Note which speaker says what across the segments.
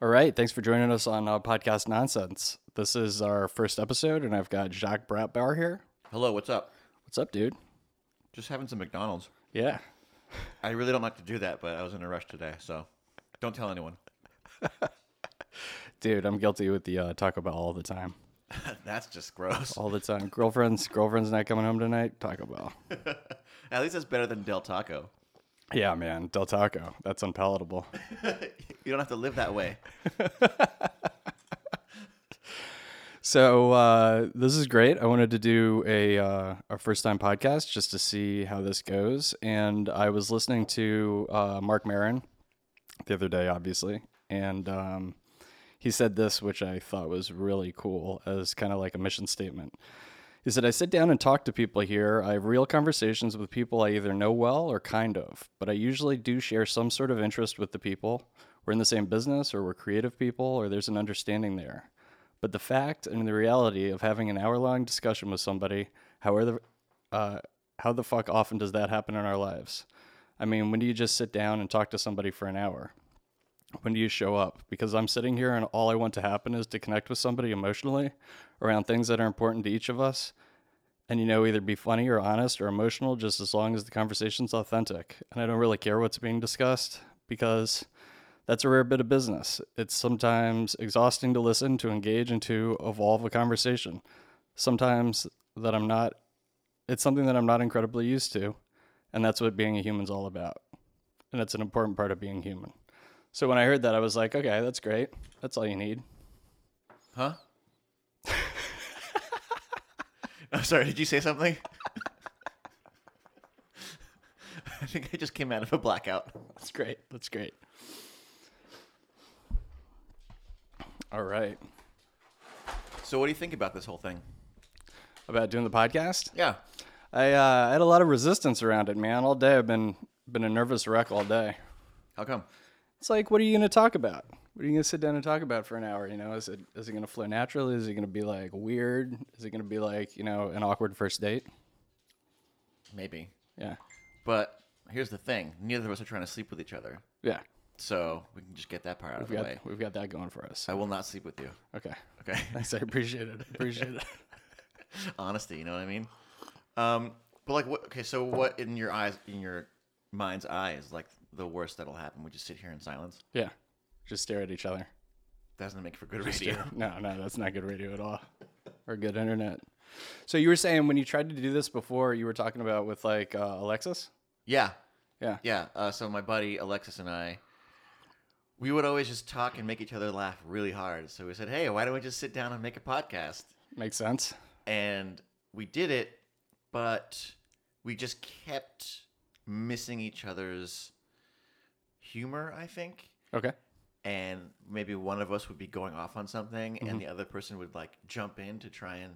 Speaker 1: All right. Thanks for joining us on uh, Podcast Nonsense. This is our first episode, and I've got Jacques Bratbauer here.
Speaker 2: Hello, what's up?
Speaker 1: What's up, dude?
Speaker 2: Just having some McDonald's.
Speaker 1: Yeah.
Speaker 2: I really don't like to do that, but I was in a rush today, so don't tell anyone.
Speaker 1: Dude, I'm guilty with the uh, Taco Bell all the time.
Speaker 2: That's just gross.
Speaker 1: All the time. Girlfriends, girlfriend's not coming home tonight. Taco Bell.
Speaker 2: At least it's better than Del Taco.
Speaker 1: Yeah, man. Del Taco. That's unpalatable.
Speaker 2: You don't have to live that way.
Speaker 1: So uh, this is great. I wanted to do a uh, our first time podcast just to see how this goes, and I was listening to uh, Mark Marin the other day, obviously, and um, he said this, which I thought was really cool, as kind of like a mission statement. He said, I sit down and talk to people here. I have real conversations with people I either know well or kind of, but I usually do share some sort of interest with the people. We're in the same business, or we're creative people, or there's an understanding there. But the fact and the reality of having an hour long discussion with somebody, however, uh, how the fuck often does that happen in our lives? I mean, when do you just sit down and talk to somebody for an hour? When do you show up? Because I'm sitting here and all I want to happen is to connect with somebody emotionally around things that are important to each of us. And, you know, either be funny or honest or emotional, just as long as the conversation's authentic. And I don't really care what's being discussed because that's a rare bit of business. It's sometimes exhausting to listen, to engage, and to evolve a conversation. Sometimes that I'm not, it's something that I'm not incredibly used to. And that's what being a human's all about. And it's an important part of being human. So when I heard that, I was like, okay, that's great. That's all you need.
Speaker 2: Huh? I'm sorry, did you say something? I think I just came out of a blackout.
Speaker 1: That's great. That's great. All right.
Speaker 2: So, what do you think about this whole thing?
Speaker 1: About doing the podcast?
Speaker 2: Yeah.
Speaker 1: I uh, had a lot of resistance around it, man. All day I've been been a nervous wreck all day.
Speaker 2: How come?
Speaker 1: It's like, what are you going to talk about? What are you going to sit down and talk about for an hour? You know, is it is it going to flow naturally? Is it going to be like weird? Is it going to be like you know an awkward first date?
Speaker 2: Maybe.
Speaker 1: Yeah,
Speaker 2: But here's the thing neither of us are trying to sleep with each other.
Speaker 1: yeah.
Speaker 2: So, we can just get that part out of
Speaker 1: We
Speaker 2: the
Speaker 1: got
Speaker 2: way.
Speaker 1: we've got that going for us.
Speaker 2: I will not sleep with you.
Speaker 1: Okay,
Speaker 2: Okay.
Speaker 1: thanks. I appreciate it. Appreciate it.
Speaker 2: honesty. You know what I mean? Um, but like, what? Okay, so what in your eyes, in your mind's eye, is like the worst that'll happen? We just sit here in silence.
Speaker 1: Yeah, just stare at each other.
Speaker 2: Doesn't make for good radio.
Speaker 1: No, no, that's not good radio at all, or good internet. So you were saying when you tried to do this before, you were talking about with like uh, Alexis.
Speaker 2: Yeah,
Speaker 1: Yeah.
Speaker 2: yeah. Uh, so my buddy Alexis and I, we would always just talk and make each other laugh really hard. So we said, "Hey, why don't we just sit down and make a podcast?"
Speaker 1: makes sense.
Speaker 2: And we did it, but we just kept missing each other's humor. I think.
Speaker 1: Okay.
Speaker 2: and maybe one of us would be going off on something and the other person would like jump in to try and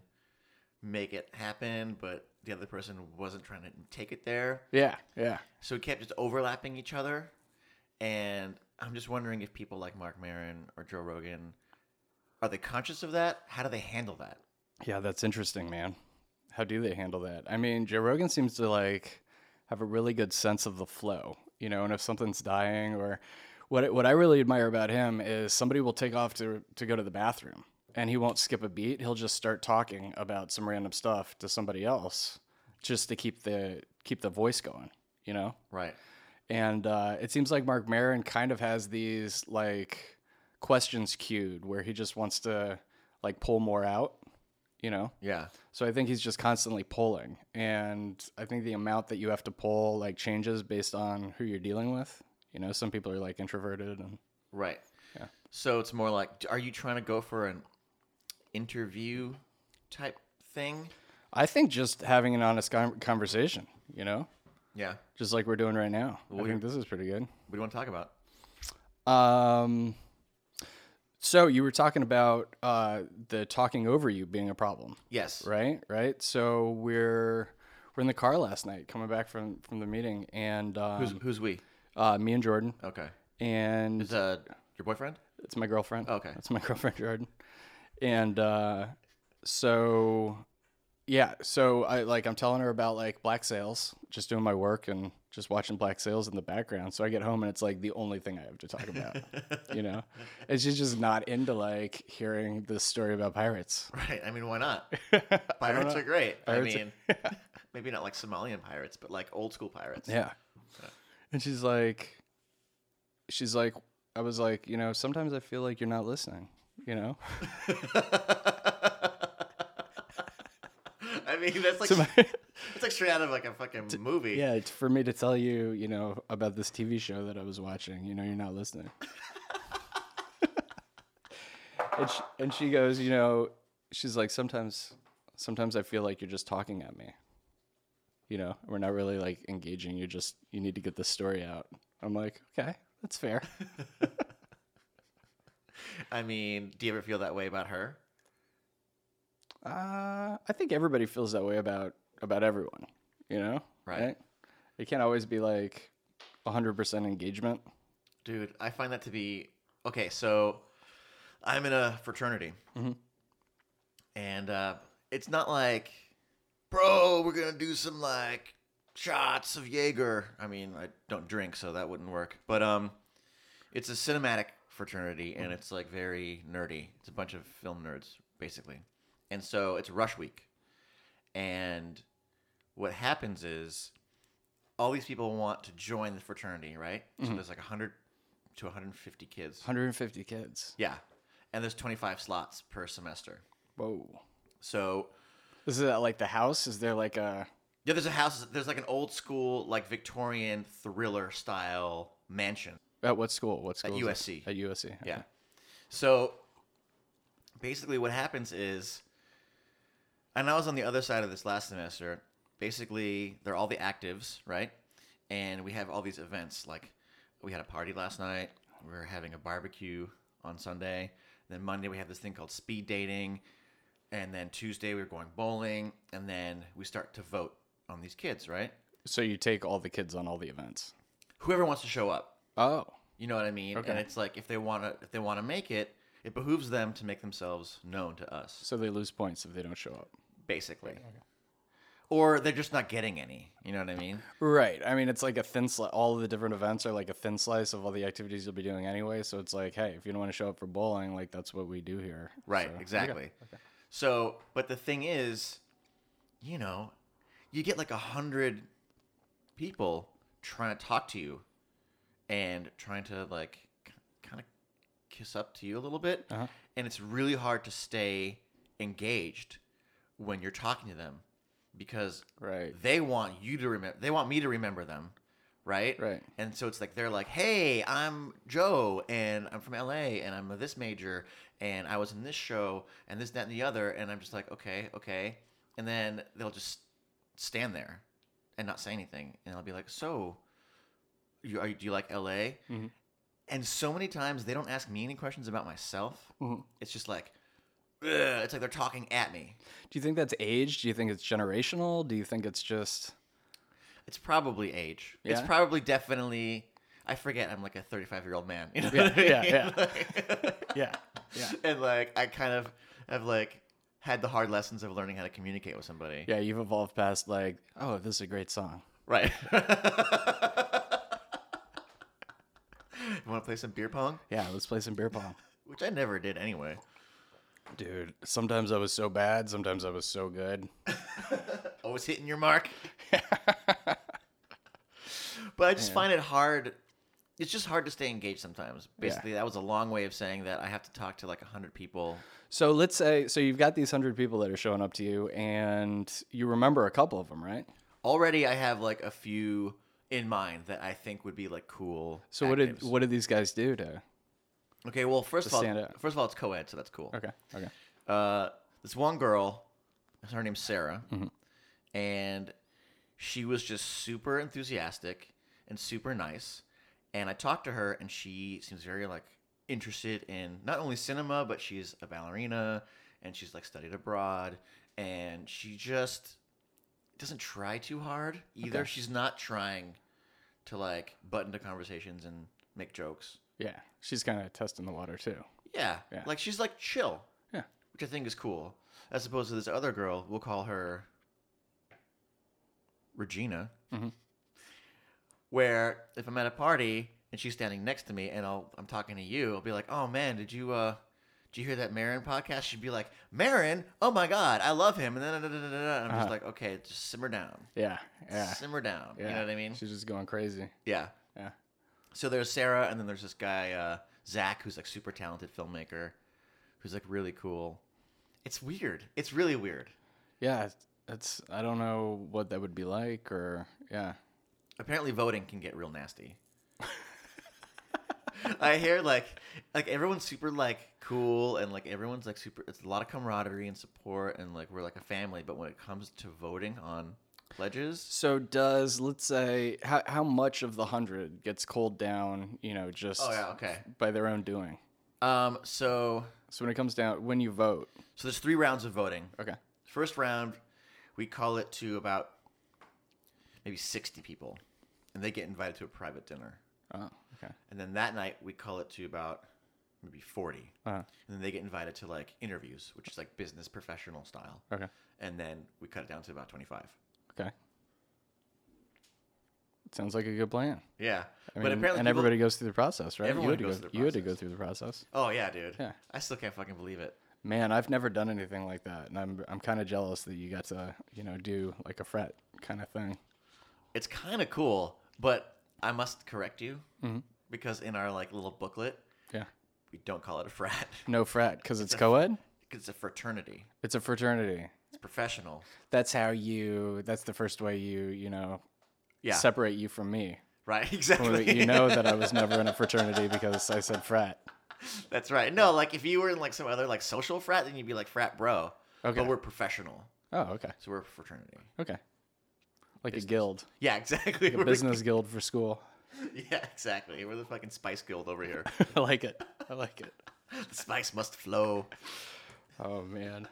Speaker 2: make it happen but the other person wasn't trying to take it there
Speaker 1: Yeah, yeah.
Speaker 2: so we kept just overlapping each other and i'm just wondering if people like mark marin or joe rogan are they conscious of that how do they handle that
Speaker 1: Yeah, that's interesting, man. How do they handle that? I mean, Joe Rogan seems to like have a really good sense of the flow, you know, and if something's dying or what what I really admire about him is somebody will take off to to go to the bathroom and he won't skip a beat. He'll just start talking about some random stuff to somebody else just to keep the keep the voice going, you know?
Speaker 2: right
Speaker 1: And uh, it seems like Mark Marin kind of has these like questions queued where he just wants to like pull more out, you know?
Speaker 2: yeah
Speaker 1: So I think he's just constantly pulling. And I think the amount that you have to pull like changes based on who you're dealing with. You know, some people are like introverted and
Speaker 2: right
Speaker 1: Yeah.
Speaker 2: so it's more like are you trying to go for an interview type thing
Speaker 1: I think just having an honest con- conversation, you know,
Speaker 2: yeah
Speaker 1: just like we're doing right now. I
Speaker 2: Well,
Speaker 1: think this is pretty good.
Speaker 2: what do you want to talk about
Speaker 1: Um, so you were talking about uh, the talking over you being a problem,
Speaker 2: yes
Speaker 1: right? Right. So we're we're in the car last night coming back from from the meeting, and um,
Speaker 2: Who's who's we?
Speaker 1: uh, me and Jordan
Speaker 2: Okay.
Speaker 1: and
Speaker 2: Is Oh, uh your boyfriend?
Speaker 1: It's my girlfriend.
Speaker 2: Okay.
Speaker 1: That's my girlfriend, Jordan. And uh, so Yeah, so I like I'm telling her about like black sales, just doing my work and just watching black sales in the background. So I get home and it's like the only thing I have to talk about. you know, and she's just not into like hearing the story about pirates.
Speaker 2: Right. I mean, why not?
Speaker 1: I don't
Speaker 2: Pirates
Speaker 1: know.
Speaker 2: are great.
Speaker 1: Pirates
Speaker 2: I
Speaker 1: are-
Speaker 2: mean, maybe not like Somalian pirates, but like old school pirates.
Speaker 1: Yeah. And she's like, she's like, I was like, you know, sometimes I feel like you're not listening, you know?
Speaker 2: I mean, that's like
Speaker 1: To my-
Speaker 2: that's like straight out of like a fucking movie.
Speaker 1: yeah, it's for me to tell you, you know, about this TV show that I was watching, you know, you're not listening. and, she, and she goes, you know, she's like, sometimes, sometimes I feel like you're just talking at me. You know, we're not really like engaging. You just, you need to get this story out. I'm like, okay, that's fair.
Speaker 2: I mean, do you ever feel that way about her?
Speaker 1: Uh, I think everybody feels that way about about everyone, you know?
Speaker 2: Right.
Speaker 1: It can't always be like 100% engagement.
Speaker 2: Dude, I find that to be okay. So I'm in a fraternity,
Speaker 1: Mhm.
Speaker 2: and uh, it's not like, bro, we're gonna do some like shots of Jaeger. I mean, I don't drink, so that wouldn't work. But um, it's a cinematic fraternity, and it's like very nerdy. It's a bunch of film nerds, basically, and so it's rush week, and what happens is all these people want to join the fraternity, right? So there's like 100 to 150 kids.
Speaker 1: 150 kids.
Speaker 2: Yeah. And there's 25 slots per semester.
Speaker 1: Whoa.
Speaker 2: So,
Speaker 1: Is that like the house? Is there like a
Speaker 2: yeah, there's a house, there's like an old school, like Victorian thriller style mansion.
Speaker 1: at what school? What school? is it?
Speaker 2: USC.
Speaker 1: At USC. okay.
Speaker 2: Yeah. So basically, what happens is, and I was on the other side of this last semester. Basically, they're all the actives, right? And we have all these events. Like, we had a party last night. We are having a barbecue on Sunday. Then Monday, we have this thing called speed dating. And then Tuesday, we were going bowling. And then we start to vote on these kids, right?
Speaker 1: So you take all the kids on all the events.
Speaker 2: Whoever wants to show up.
Speaker 1: Oh.
Speaker 2: You know what I mean?
Speaker 1: Okay.
Speaker 2: And it's like if they want to if they want to make it, it behooves them to make themselves known to us,
Speaker 1: So they lose points if they don't show up.
Speaker 2: basically. Or they're just not getting any. You know what I mean?
Speaker 1: Right. I mean, it's like a thin slice. All of the different events are like a thin slice of all the activities you'll be doing anyway. So it's like, hey, if you don't want to show up for bowling, like that's what we do here.
Speaker 2: Right,
Speaker 1: So- okay.
Speaker 2: exactly. So, but the thing is, you know, you get like a hundred people trying to talk to you and trying to like kind of kiss up to you a little bit,
Speaker 1: Uh-huh.
Speaker 2: and it's really hard to stay engaged when you're talking to them because
Speaker 1: Right.
Speaker 2: they want you to remember they want me to remember them right
Speaker 1: Right.
Speaker 2: and so it's like they're like hey i'm joe and i'm from la and i'm a this major and i was in this show and this that and the other and i'm just like okay okay and then they'll just stand there and not say anything and i'll be like so you are, you- do you like la
Speaker 1: Mhm.
Speaker 2: and so many times they don't ask me any questions about myself
Speaker 1: Mhm.
Speaker 2: it's just like Ugh, it's like they're talking at me
Speaker 1: Do you think that's age? Do you think it's generational? Do you think it's just
Speaker 2: It's probably age. It's
Speaker 1: Yeah?
Speaker 2: probably definitely. I forget. I'm like a 35 year old man. You know
Speaker 1: Yeah,
Speaker 2: what I mean?
Speaker 1: yeah, yeah.
Speaker 2: Like-
Speaker 1: yeah, yeah,
Speaker 2: and like I kind of have like had the hard lessons of learning how to communicate with somebody.
Speaker 1: yeah? You've evolved past like, oh, this is a great song.
Speaker 2: Right. you want to play some beer pong?
Speaker 1: Yeah, let's play some beer pong,
Speaker 2: Which I never did anyway.
Speaker 1: dude. Sometimes I was so bad, sometimes I was so good.
Speaker 2: Always hitting your mark. but I just find it hard. It's just hard to stay engaged sometimes. Basically, that was a long way of saying that I have to talk to like 100 people
Speaker 1: So let's say, so you've got these hundred people that are showing up to you, and you remember a couple of them, right?
Speaker 2: already I have like a few in mind that I think would be like cool.
Speaker 1: So what did
Speaker 2: actives.
Speaker 1: what did these guys do to?
Speaker 2: Okay, well first of all,
Speaker 1: stand out.
Speaker 2: first of all, it's co-ed, so that's cool.
Speaker 1: Okay, okay,
Speaker 2: Uh, this one girl, her name's Sarah, and she was just super enthusiastic and super nice. And I talked to her, and she seems very like interested in not only cinema, but she's a ballerina and she's like studied abroad, and she just doesn't try too hard either.
Speaker 1: Okay.
Speaker 2: She's not trying to like butt into conversations and make jokes.
Speaker 1: yeah. She's kind of testing the water too.
Speaker 2: Yeah.
Speaker 1: Yeah.
Speaker 2: Like she's like chill.
Speaker 1: Yeah.
Speaker 2: which I think is cool. As opposed to this other girl, we'll call her Regina,
Speaker 1: Mhm.
Speaker 2: where if I'm at a party and she's standing next to me and I'll, I'm talking to you, I'll be like, "Oh man, did you uh, did you hear that Marin podcast?" She'd be like, "Marin, oh my god, I love him," and then and I'm
Speaker 1: Uh-huh.
Speaker 2: just like, "Okay, just simmer down,
Speaker 1: Yeah. Yeah.
Speaker 2: simmer down."
Speaker 1: yeah.
Speaker 2: You know what I mean?
Speaker 1: She's just going crazy.
Speaker 2: Yeah.
Speaker 1: Yeah.
Speaker 2: So there's Sarah, and then there's this guy uh, Zach, who's like super talented filmmaker, who's like really cool. It's weird. It's really weird.
Speaker 1: Yeah. That's I don't know what that would be like or yeah.
Speaker 2: Apparently, voting can get real nasty. I hear like like everyone's super like cool and like everyone's like super. It's a lot of camaraderie and support and like we're like a family. But when it comes to voting on pledges,
Speaker 1: So does let's say how how much of the hundred gets cold down, you know, just
Speaker 2: oh yeah, okay.
Speaker 1: by their own doing.
Speaker 2: Um, so
Speaker 1: So when it comes down when you vote.
Speaker 2: so there's three rounds of voting.
Speaker 1: Okay.
Speaker 2: First round, we call it to about maybe 60 people, and they get invited to a private dinner.
Speaker 1: Oh, okay.
Speaker 2: And then that night, we call it to about maybe 40.
Speaker 1: Uh,
Speaker 2: And then they get invited to like interviews, which is like business professional style.
Speaker 1: okay.
Speaker 2: And then we cut it down to about 25.
Speaker 1: Okay. Sounds like a good plan.
Speaker 2: Yeah.
Speaker 1: I mean,
Speaker 2: but apparently,
Speaker 1: and
Speaker 2: people-
Speaker 1: everybody goes through the process, right?
Speaker 2: Everyone
Speaker 1: you had to
Speaker 2: goes
Speaker 1: go,
Speaker 2: through the
Speaker 1: You had to go
Speaker 2: process.
Speaker 1: through the process.
Speaker 2: Oh, yeah, dude.
Speaker 1: Yeah.
Speaker 2: I still can't fucking believe it.
Speaker 1: Man, I've never done anything like that, and I'm I'm kind of jealous that you got to you know do like a frat kind of thing.
Speaker 2: It's kind of cool, but I must correct you
Speaker 1: Mm-hmm.
Speaker 2: because in our like little booklet,
Speaker 1: Yeah.
Speaker 2: we don't call it a frat.
Speaker 1: No frat because it's co-ed.
Speaker 2: it's a fraternity.
Speaker 1: It's a fraternity.
Speaker 2: It's professional.
Speaker 1: That's how you. That's the first way you you know
Speaker 2: Yeah.
Speaker 1: separate you from me.
Speaker 2: Right,
Speaker 1: Well,
Speaker 2: exactly.
Speaker 1: you know that I was never in a fraternity because I said frat.
Speaker 2: That's right. No, like if you were in like some other like social frat, then you'd be like frat bro.
Speaker 1: Okay.
Speaker 2: But we're professional,
Speaker 1: Oh, okay,
Speaker 2: so we're a fraternity.
Speaker 1: okay. Like a guild,
Speaker 2: Yeah, exactly.
Speaker 1: a
Speaker 2: We're-
Speaker 1: business guild for school.
Speaker 2: Yeah, exactly. We're the fucking Spice Guild over here.
Speaker 1: I like it. I like it.
Speaker 2: the spice must flow.
Speaker 1: Oh man,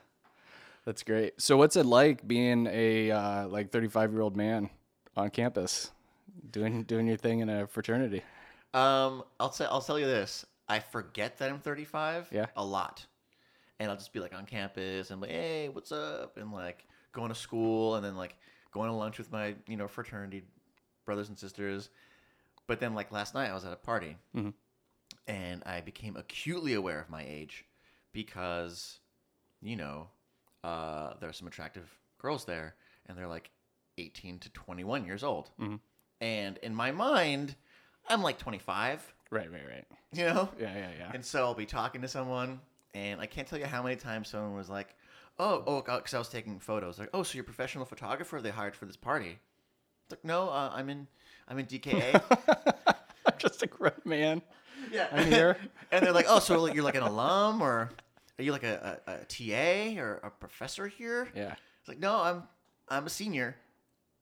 Speaker 1: that's great. So, what's it like being a uh, like thirty five year old man on campus, doing doing your thing in a fraternity?
Speaker 2: Um, I'll say I'll tell you this. I forget that I'm 35.
Speaker 1: Yeah.
Speaker 2: A lot, and I'll just be like on campus and like, hey, what's up? And like going to school and then like going to lunch with my you know fraternity brothers and sisters. But then like last night I was at a party,
Speaker 1: Mhm.
Speaker 2: and I became acutely aware of my age because, you know, uh, there are some attractive girls there, and they're like 18 to 21 years old.
Speaker 1: Mhm.
Speaker 2: And in my mind, I'm like 25,
Speaker 1: Right, right, right.
Speaker 2: you know?
Speaker 1: Yeah, yeah, yeah.
Speaker 2: And so I'll be talking to someone, and I can't tell you how many times someone was like, "Oh, oh," because I was taking photos. Like, "Oh, so you're a professional photographer they hired for this party?" It's like, no, uh, I'm in, I'm in DKA.
Speaker 1: I'm just a grown man.
Speaker 2: yeah,
Speaker 1: I'm here.
Speaker 2: and they're like, "Oh, so like, you're like an alum, or are you like a, a, a TA or a professor here?"
Speaker 1: Yeah.
Speaker 2: It's like, no, I'm, I'm a senior,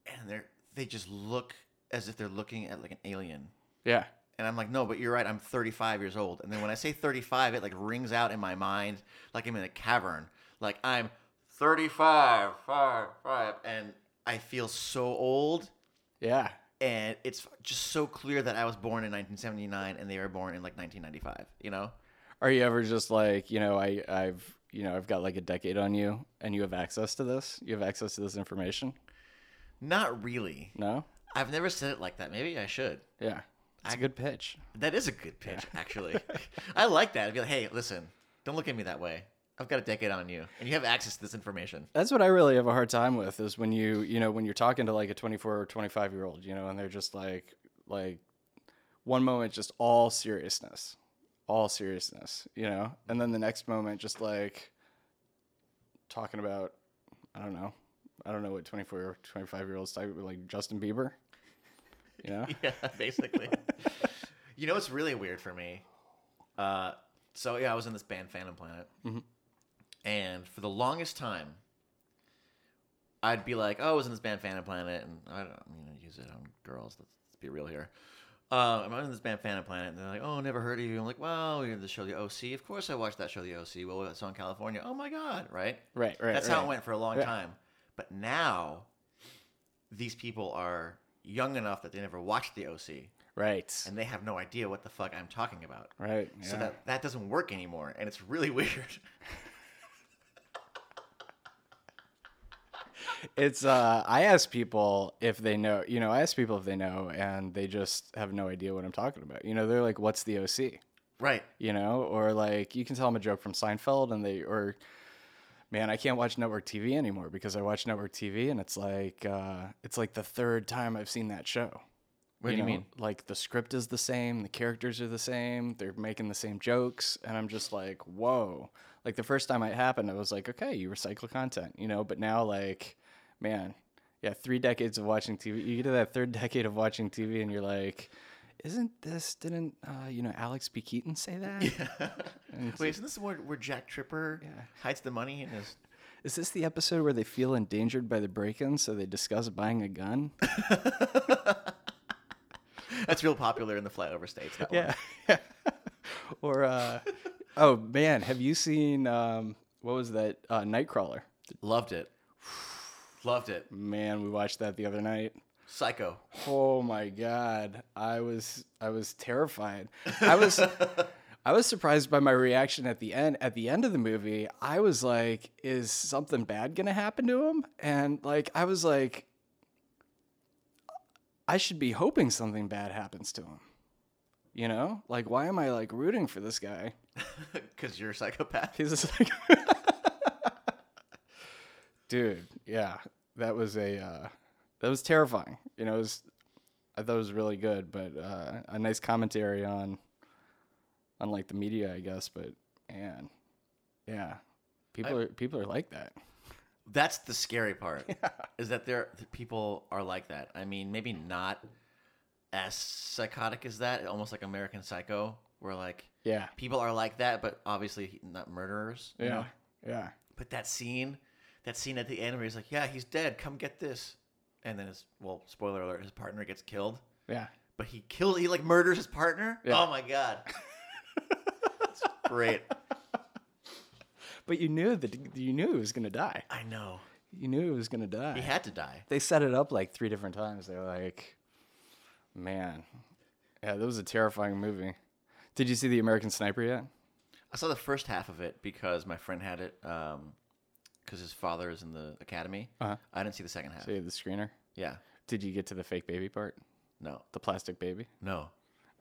Speaker 2: and they're they just look as if they're looking at like an alien.
Speaker 1: Yeah.
Speaker 2: And I'm like, no, but you're right. I'm 35 years old. And then when I say 35, it like rings out in my mind like I'm in a cavern. Like I'm 35, five, five, and I feel so old.
Speaker 1: Yeah.
Speaker 2: And it's just so clear that I was born in 1979 and they were born in like 1995. You know?
Speaker 1: Are you ever just like, you know, I, I've, you know, I've got like a decade on you, and you have access to this? You have access to this information?
Speaker 2: Not really.
Speaker 1: No.
Speaker 2: I've never said it like that. Maybe I should.
Speaker 1: Yeah. It's a good pitch.
Speaker 2: That is a good pitch, actually. I like that. I'd be like, hey, listen, don't look at me that way. I've got a decade on you, and you have access to this information.
Speaker 1: That's what I really have a hard time with is when you, you know, when you're talking to like a 24 or 25 year old, you know, and they're just like, like one moment, just all seriousness, all seriousness, you know, and then the next moment, just like talking about, I don't know, I don't know what 24 or 25 year olds talk about, like Justin Bieber, you know?
Speaker 2: yeah, basically. you know what's really weird for me? Uh, so yeah, I was in this band Phantom Planet, and for the longest time, I'd be like, "Oh, I was in this band Phantom Planet," and I don't mean to use it on girls. Let's, let's be real here. Uh, I'm in this band Phantom Planet, and they're like, "Oh, never heard of you." I'm like, "Well, you're in the show The OC. Of course, I watched that show The OC. Well, it's on California. Oh my god, right?
Speaker 1: Right, right.
Speaker 2: That's how it
Speaker 1: right.
Speaker 2: went for a long
Speaker 1: Yeah.
Speaker 2: time. But now, these people are young enough that they never watched the OC
Speaker 1: Right.
Speaker 2: and they have no idea what the fuck I'm talking about.
Speaker 1: Right.
Speaker 2: So
Speaker 1: yeah.
Speaker 2: that that doesn't work anymore, and it's really weird.
Speaker 1: it's uh I ask people if they know, you know, I ask people if they know and they just have no idea what I'm talking about. You know, they're like what's the OC?
Speaker 2: Right.
Speaker 1: You know, or like you can tell them a joke from Seinfeld and they or man, I can't watch network TV anymore because I watch network TV and it's like uh it's like the third time I've seen that show.
Speaker 2: What do you
Speaker 1: know?
Speaker 2: mean?
Speaker 1: Like the script is the same, the characters are the same, they're making the same jokes, and I'm just like, whoa. Like the first time it happened, I was like, okay, you recycle content, you know. But now, like, man, yeah, three decades of watching TV. You get to that third decade of watching TV, and you're like, isn't this? Didn't uh, you know Alex B. Keaton say that? Is
Speaker 2: Wait, isn't this where, where Jack Tripper hides the money in his?
Speaker 1: this the episode where they feel endangered by the break-in, so they discuss buying a gun?
Speaker 2: That's real popular in the flyover states. That one.
Speaker 1: Yeah. or uh oh man, have you seen um what was that? Uh Nightcrawler.
Speaker 2: Loved it. Loved it.
Speaker 1: Man, we watched that the other night.
Speaker 2: Psycho.
Speaker 1: Oh my god. I was I was terrified. I was I was surprised by my reaction at the end at the end of the movie. I was like, is something bad going to happen to him? And like I was like I should be hoping something bad happens to him. You know? Like why am I like rooting for this guy?
Speaker 2: Because you're a psychopath.
Speaker 1: He's just like, dude, yeah, that was a uh, that was terrifying. You know, it was I thought it was really good, but uh, a nice commentary on on like the media, I guess. But man, yeah, people are people are like that.
Speaker 2: That's the scary part. Is that there that people are like that. I mean, maybe not as psychotic as that. Almost like American Psycho, where like
Speaker 1: Yeah,
Speaker 2: people are like that, but obviously not murderers. you
Speaker 1: yeah,
Speaker 2: know?
Speaker 1: yeah.
Speaker 2: But that scene, that scene at the end where he's like, "Yeah, he's dead. Come get this," and then his well, spoiler alert, his partner gets killed.
Speaker 1: Yeah.
Speaker 2: But he killed. He like murders his partner.
Speaker 1: Yeah.
Speaker 2: Oh my god. It's great.
Speaker 1: But you knew that you knew he was gonna die.
Speaker 2: I know.
Speaker 1: You knew he was gonna die.
Speaker 2: He had to die.
Speaker 1: they set it up like three different times. They're like, man, yeah, that was a terrifying movie. Did you see the American Sniper yet?
Speaker 2: I saw the first half of it because my friend had it, because his father is in the academy.
Speaker 1: Uh-huh.
Speaker 2: I didn't see the second half.
Speaker 1: See the screener.
Speaker 2: Yeah.
Speaker 1: Did you get to the fake baby part?
Speaker 2: No.
Speaker 1: The plastic baby
Speaker 2: No.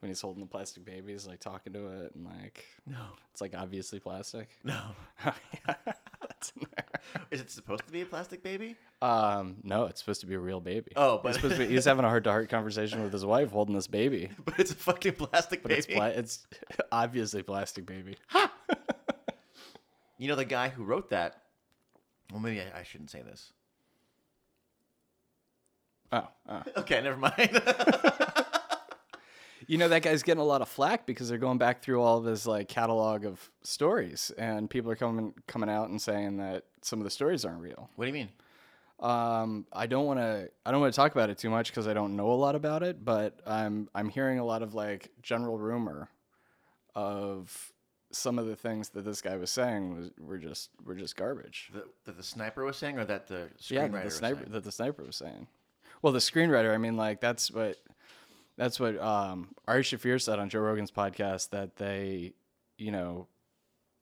Speaker 1: when he's holding the plastic baby, he's like talking to it and like
Speaker 2: No.
Speaker 1: it's like obviously plastic.
Speaker 2: No.
Speaker 1: That's in there.
Speaker 2: Is it supposed to be a plastic baby?
Speaker 1: um, no, it's supposed to be a real baby.
Speaker 2: Oh,
Speaker 1: He's
Speaker 2: but-
Speaker 1: supposed to be, he's having a heart to heart conversation with his wife holding this baby.
Speaker 2: But it's a fucking plastic baby.
Speaker 1: It's pla- it's obviously plastic baby.
Speaker 2: You know the guy who wrote that. Well, maybe I, I shouldn't say this.
Speaker 1: Oh, oh.
Speaker 2: Okay, never mind.
Speaker 1: You know that guy's getting a lot of flack because they're going back through all of his like catalog of stories, and people are coming coming out and saying that some of the stories aren't real.
Speaker 2: what do you mean?
Speaker 1: Um, I don't want to I don't want to talk about it too much because I don't know a lot about it, but I'm I'm hearing a lot of like general rumor of some of the things that this guy was saying was were just were just garbage.
Speaker 2: The, that the sniper was saying, or that the screenwriter
Speaker 1: yeah, that the
Speaker 2: was
Speaker 1: sniper
Speaker 2: saying?
Speaker 1: that the sniper was saying. Well, the screenwriter, I mean, like that's what that's what um, Ari Shafir said on Joe Rogan's podcast that they, you know,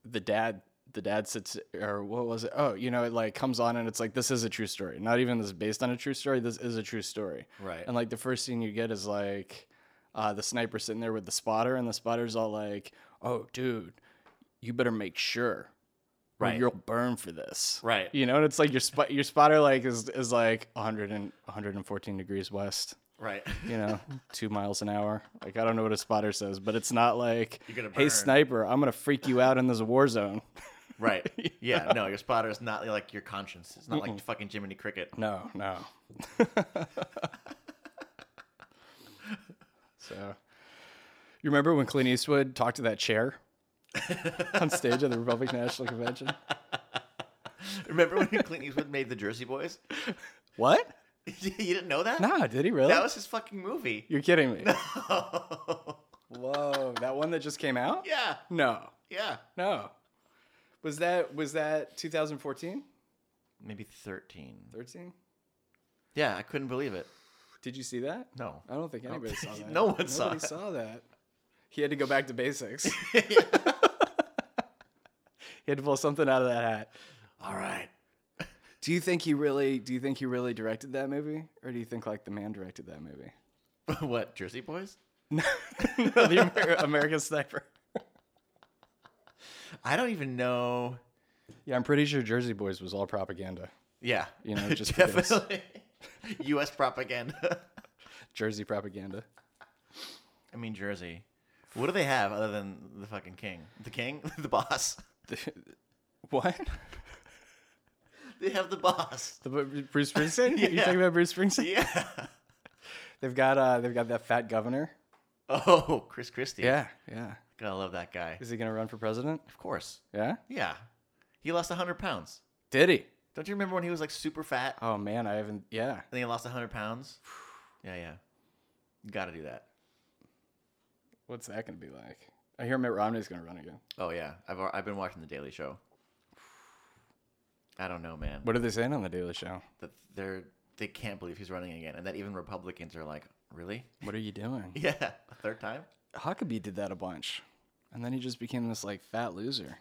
Speaker 1: the dad the dad sits or what was it? Oh, you know, it like comes on and it's like this is a true story. Not even this is based on a true story. This is a true story.
Speaker 2: Right.
Speaker 1: And like the first scene you get is like uh, the sniper sitting there with the spotter, and the spotter's all like, "Oh, dude, you better make sure." or
Speaker 2: Right.
Speaker 1: You'll burn for this.
Speaker 2: Right.
Speaker 1: You know, and it's like your spot your spotter like is is like 100 and 114 degrees west,
Speaker 2: Right.
Speaker 1: you know, 2 miles an hour. Like I don't know what a spotter says, but it's not like
Speaker 2: You're gonna
Speaker 1: hey
Speaker 2: burn."
Speaker 1: sniper, I'm going to freak you out in this war zone.
Speaker 2: right. Yeah. No, your spotter is not like your conscience. It's not like fucking Jiminy Cricket.
Speaker 1: No, no. so, you remember when Clint Eastwood talked to that chair on stage at the Republican National Convention?
Speaker 2: Remember when Clint Eastwood made the Jersey Boys?
Speaker 1: What?
Speaker 2: you didn't know that?
Speaker 1: Nah, did he really?
Speaker 2: That was his fucking movie.
Speaker 1: You're kidding me.
Speaker 2: yeah.
Speaker 1: Whoa, that one that just came out? No,
Speaker 2: Yeah.
Speaker 1: no. Was that was that 2014,
Speaker 2: Maybe 13.
Speaker 1: 13?
Speaker 2: Yeah, I couldn't believe it.
Speaker 1: Did you see that?
Speaker 2: No.
Speaker 1: I don't think anybody saw that.
Speaker 2: No one saw
Speaker 1: Nobody
Speaker 2: it.
Speaker 1: saw that. He had to go back to basics. he had to pull something out of that hat.
Speaker 2: All right.
Speaker 1: Do you think he really? Do you think he really directed that movie, or do you think like the man directed that movie?
Speaker 2: what Jersey Boys?
Speaker 1: no, the Amer- American Sniper.
Speaker 2: I don't even know.
Speaker 1: Yeah, I'm pretty sure Jersey Boys was all propaganda.
Speaker 2: Yeah,
Speaker 1: You know, just for this.
Speaker 2: definitely U.S. propaganda.
Speaker 1: Jersey propaganda.
Speaker 2: I mean, Jersey. What do they have other than the fucking king? The king, the boss.
Speaker 1: What?
Speaker 2: They have the boss.
Speaker 1: The Bru- Bruce Springsteen? You
Speaker 2: Yeah.
Speaker 1: talking about Bruce Springsteen?
Speaker 2: Yeah.
Speaker 1: They've got uh, they've got that fat governor.
Speaker 2: Oh, Chris Christie.
Speaker 1: Yeah, yeah.
Speaker 2: Gotta love that guy.
Speaker 1: Is he gonna run for president?
Speaker 2: Of course.
Speaker 1: Yeah.
Speaker 2: Yeah. He lost 100 pounds.
Speaker 1: Did he?
Speaker 2: Don't you remember when he was like super fat and
Speaker 1: Oh man, I haven't. Yeah.
Speaker 2: then he lost 100 pounds? Yeah, yeah. Gotta do that.
Speaker 1: What's that gonna be like? I hear Mitt Romney's gonna run again.
Speaker 2: Oh, yeah. I've, al- I've been watching The Daily Show. I don't know, man.
Speaker 1: What are they saying on the Daily Show?
Speaker 2: That they're, they can't believe he's running again. And that even Republicans are like, really?
Speaker 1: What are you doing?
Speaker 2: Yeah. A third time?
Speaker 1: Huckabee did that a bunch, and then he just became this like fat loser.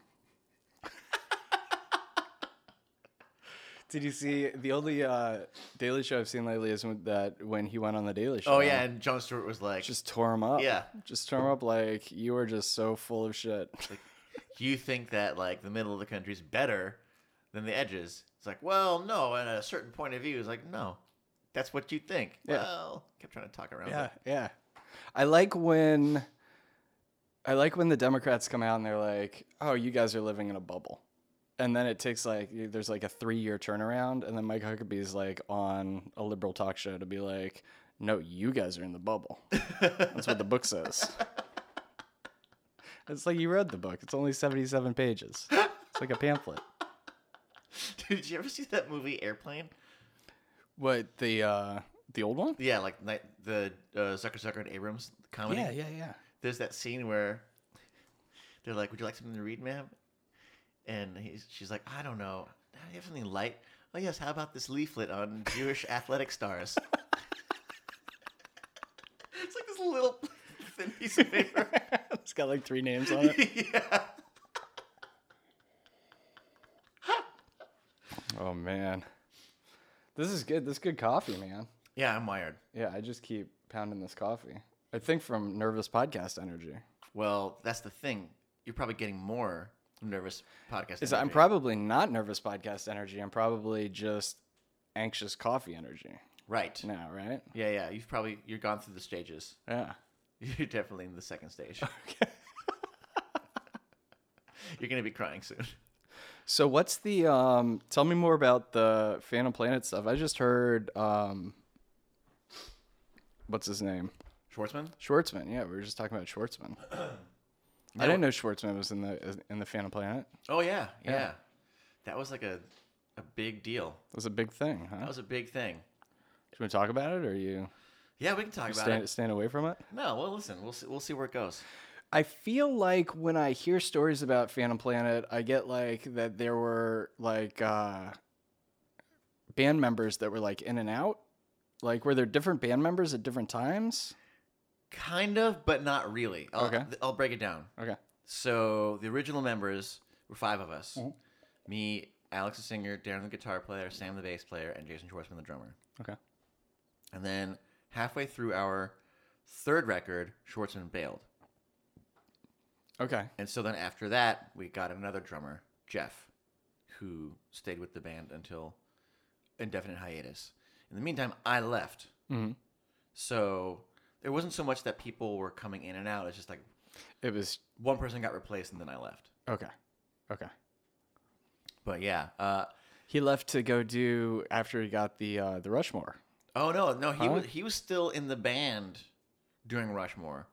Speaker 1: did you see the only uh, Daily Show I've seen lately is when, that when he went on the Daily Show?
Speaker 2: Oh, yeah. And Jon Stewart was like,
Speaker 1: Just tore him up.
Speaker 2: Yeah.
Speaker 1: Just tore him up like you are just so full of shit.
Speaker 2: you think that like the middle of the country's better than the edges. It's like, well, no, at a certain point of view, it's like, no, that's what you think.
Speaker 1: Yeah.
Speaker 2: Well, kept trying to talk around
Speaker 1: Yeah,
Speaker 2: it.
Speaker 1: yeah. I like when I like when the Democrats come out and they're like, "Oh, you guys are living in a bubble," and then it takes like there's like a three year turnaround, and then Mike Huckabee's like on a liberal talk show to be like, "No, you guys are in the bubble." That's what the book says. It's like you read the book. It's only seventy seven pages. It's like a pamphlet.
Speaker 2: Dude, did you ever see that movie Airplane?
Speaker 1: What the uh the old one?
Speaker 2: Yeah, like ni- the uh, Zucker Zucker and Abrams comedy.
Speaker 1: Yeah, yeah, yeah.
Speaker 2: There's that scene where they're like, "Would you like something to read, ma'am?" And he's, she's like, "I don't know. Do you have something light?" Oh yes. How about this leaflet on Jewish athletic stars? it's like this little thin piece of paper.
Speaker 1: it's got like three names on it.
Speaker 2: yeah.
Speaker 1: Oh man, this is good. This is good coffee, man.
Speaker 2: Yeah, I'm wired.
Speaker 1: Yeah, I just keep pounding this coffee. I think from nervous podcast energy.
Speaker 2: Well, that's the thing. You're probably getting more nervous podcast.
Speaker 1: Is I'm
Speaker 2: energy.
Speaker 1: probably not nervous podcast energy. I'm probably just anxious coffee energy
Speaker 2: right.
Speaker 1: now, right?
Speaker 2: Yeah, yeah. You've probably you're gone through the stages.
Speaker 1: Yeah.
Speaker 2: You're definitely in the second stage. You're gonna be crying soon.
Speaker 1: So what's the um tell me more about the Phantom Planet stuff. I just heard um what's his name?
Speaker 2: Schwartzman.
Speaker 1: Schwartzman. Yeah, we were just talking about Schwartzman. I didn't know Schwartzman was in the in the Phantom Planet.
Speaker 2: Oh yeah, yeah. That was like a a big deal.
Speaker 1: That was a big thing, huh?
Speaker 2: That was a big thing.
Speaker 1: Should we talk about it, or are you
Speaker 2: Yeah, we can talk about
Speaker 1: staying,
Speaker 2: it.
Speaker 1: staying away from it?
Speaker 2: No, well, listen, we'll see, we'll see where it goes.
Speaker 1: I feel like when I hear stories about Phantom Planet, I get like that there were like uh, band members that were like in and out. Like, were there different band members at different times?
Speaker 2: Kind of, but not really. I'll,
Speaker 1: Okay.
Speaker 2: th- I'll break it down.
Speaker 1: Okay.
Speaker 2: So the original members were five of us: me, Alex the singer, Darren the guitar player, Sam the bass player, and Jason Schwartzman the drummer.
Speaker 1: Okay.
Speaker 2: And then halfway through our third record, Schwartzman bailed,
Speaker 1: Okay.
Speaker 2: and so then after that, we got another drummer, Jeff, who stayed with the band until indefinite hiatus. In the meantime, I left.
Speaker 1: Mhm.
Speaker 2: So there wasn't so much that people were coming in and out. It's just like
Speaker 1: It was
Speaker 2: one person got replaced and then I left.
Speaker 1: okay. Okay.
Speaker 2: But yeah. Uh,
Speaker 1: He left to go do after he got the uh, the Rushmore.
Speaker 2: oh no, no, he
Speaker 1: Huh?
Speaker 2: was he was still in the band during Rushmore,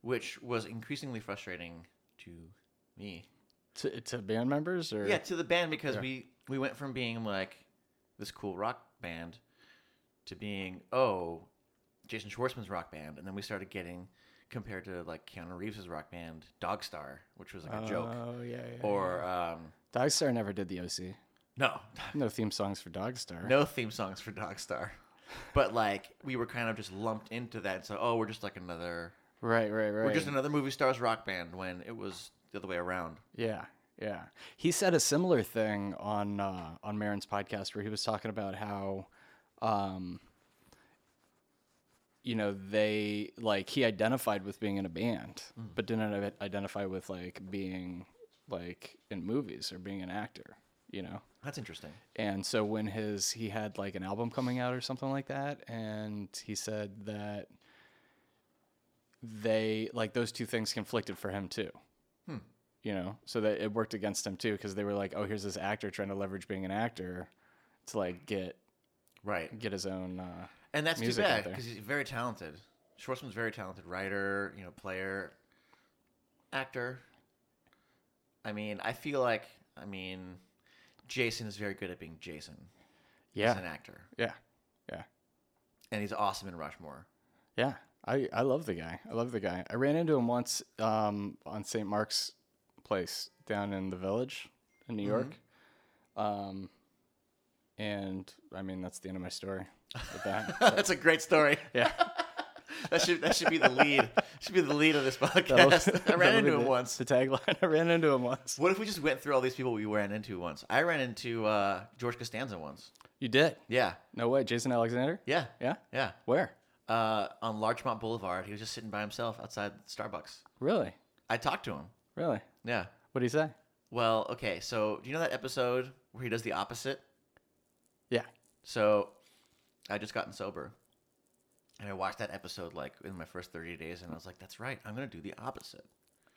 Speaker 2: which was increasingly frustrating to me.
Speaker 1: To, to band members or
Speaker 2: Yeah, to the band because we we went from being like this cool rock band to being oh Jason Schwartzman's rock band, and then we started getting compared to like Keanu Reeves's rock band Dogstar, which was like a joke,
Speaker 1: Oh yeah. yeah.
Speaker 2: or um,
Speaker 1: Dogstar never did the OC.
Speaker 2: no,
Speaker 1: No theme songs for Dogstar.
Speaker 2: no theme songs for Dogstar, but like we were kind of just lumped into that. So oh, we're just like another
Speaker 1: Right. Right. Right.
Speaker 2: we're just another movie star's rock band when it was the other way around.
Speaker 1: Yeah, Yeah, he said a similar thing on uh, on Marin's podcast where he was talking about how, um, you know, they like he identified with being in a band, but didn't i- identify with like being like in movies or being an actor. You know,
Speaker 2: That's interesting.
Speaker 1: and so when his he had like an album coming out or something like that, and he said that they like those two things conflicted for him too. You know, so that it worked against him too because they were like, oh, here's this actor trying to leverage being an actor to like get
Speaker 2: Right.
Speaker 1: get his own. Uh,
Speaker 2: And that's too
Speaker 1: music out
Speaker 2: bad
Speaker 1: there.
Speaker 2: because he's very talented. Schwartzman's very talented writer, you know, player, actor. I mean, I feel like I mean, Jason is very good at being Jason as
Speaker 1: yeah,
Speaker 2: an actor,
Speaker 1: yeah, yeah,
Speaker 2: and he's awesome in Rushmore.
Speaker 1: yeah. I I love the guy. I love the guy. I ran into him once um, on St. Mark's Place down in the Village in New York. Um, and I mean that's the end of my story. With that.
Speaker 2: that's a great story.
Speaker 1: yeah.
Speaker 2: That should that should be the lead. should be the lead of this
Speaker 1: That'll-
Speaker 2: podcast. I
Speaker 1: that'll
Speaker 2: ran
Speaker 1: be
Speaker 2: into him
Speaker 1: the-
Speaker 2: once.
Speaker 1: The tagline. I ran into him once.
Speaker 2: What if we just went through all these people we ran into once? I ran into uh, George Costanza once.
Speaker 1: You did.
Speaker 2: Yeah,
Speaker 1: No way. Jason Alexander.
Speaker 2: yeah,
Speaker 1: Yeah.
Speaker 2: yeah.
Speaker 1: Where?
Speaker 2: Uh, on Larchmont Boulevard, he was just sitting by himself outside Starbucks.
Speaker 1: Really?
Speaker 2: I talked to him.
Speaker 1: Really?
Speaker 2: Yeah.
Speaker 1: What do you say?
Speaker 2: Well, okay. So do you know that episode where he does the opposite?
Speaker 1: Yeah.
Speaker 2: So I just gotten sober, and I watched that episode like in my first thirty days, and I was like, "That's right. I'm gonna do the opposite."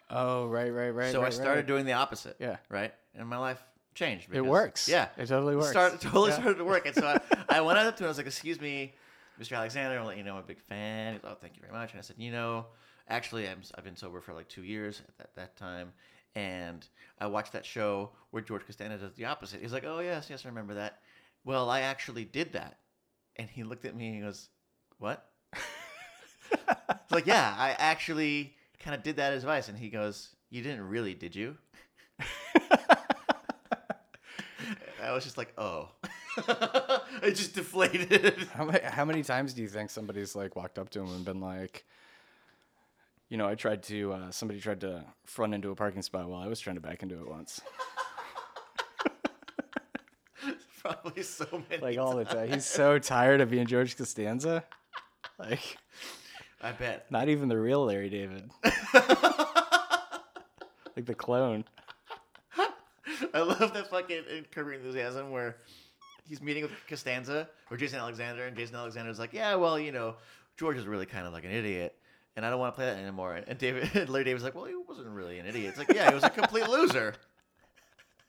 Speaker 1: Oh, right, right, right.
Speaker 2: so I
Speaker 1: right,
Speaker 2: started
Speaker 1: right.
Speaker 2: doing the opposite.
Speaker 1: Yeah.
Speaker 2: Right. And my life changed.
Speaker 1: It
Speaker 2: because-
Speaker 1: works.
Speaker 2: Yeah.
Speaker 1: It totally works.
Speaker 2: Start, totally
Speaker 1: Yeah.
Speaker 2: started to work. And so I, I went up to him. I was like, "Excuse me, Mr. Alexander. I want to let you know I'm a big fan." He's, "Oh, thank you very much." And I said, "You know, actually, I'm, I've been sober for like two years at that, that time, and I watched that show where George Costanza does the opposite." He's like, "Oh yes, yes, I remember that." Well, I actually did that, and he looked at me and he goes, "What?" It's like, "Yeah, I actually kind of did that as advice." And he goes, "You didn't really, did you?" I was just like, "Oh." I just deflated.
Speaker 1: How many, how many times do you think somebody's like walked up to him and been like, you know, I tried to, uh, somebody tried to front into a parking spot while I was trying to back into it once.
Speaker 2: Probably so many.
Speaker 1: Like all the time. He's so tired of being George Costanza. Like,
Speaker 2: I bet.
Speaker 1: not even the real Larry David. like the clone.
Speaker 2: I love that fucking in Curb Your Enthusiasm where he's meeting with Costanza or Jason Alexander, and Jason Alexander's like, yeah, well, you know, George is really kind of like an idiot, and I don't want to play that anymore. And and David, and Larry David's like, well, he wasn't really an idiot. It's like, yeah, he was a complete loser.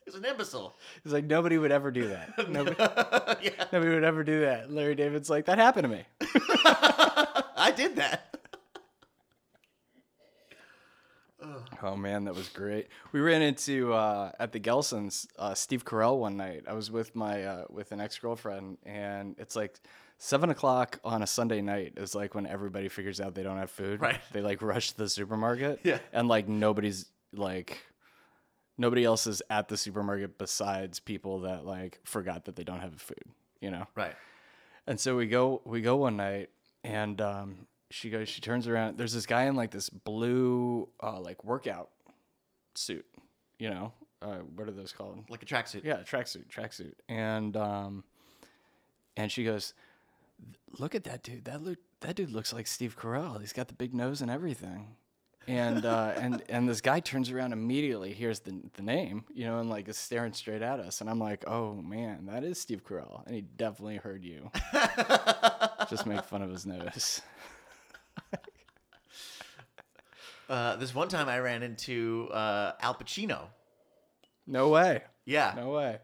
Speaker 2: He's an imbecile.
Speaker 1: He's like, nobody would ever do that. Nobody,
Speaker 2: yeah,
Speaker 1: nobody would ever do that. Larry David's like, that happened to me.
Speaker 2: I did that.
Speaker 1: Oh man, that was great. We ran into uh, at the Gelsons uh, Steve Carell one night. I was with my uh, with an ex girlfriend, and it's like seven o'clock on a Sunday night is like when everybody figures out they don't have food.
Speaker 2: Right.
Speaker 1: They like rush to the supermarket.
Speaker 2: Yeah.
Speaker 1: And like nobody's like nobody else is at the supermarket besides people that like forgot that they don't have food. You know.
Speaker 2: Right.
Speaker 1: And so we go we go one night and um, she goes she turns around there's this guy in like this blue uh, like workout suit, you know. Uh, what are those called?
Speaker 2: Like a tracksuit.
Speaker 1: Yeah, tracksuit, tracksuit. And um and she goes, "Look at that dude. That look that dude looks like Steve Carell. He's got the big nose and everything." And uh, and and this guy turns around immediately, hears the the name, you know, and like is staring straight at us. And I'm like, "Oh man, that is Steve Carell." And he definitely heard you. Just make fun of his nose.
Speaker 2: Uh, this one time I ran into uh, Al Pacino.
Speaker 1: No way.
Speaker 2: Yeah.
Speaker 1: No way.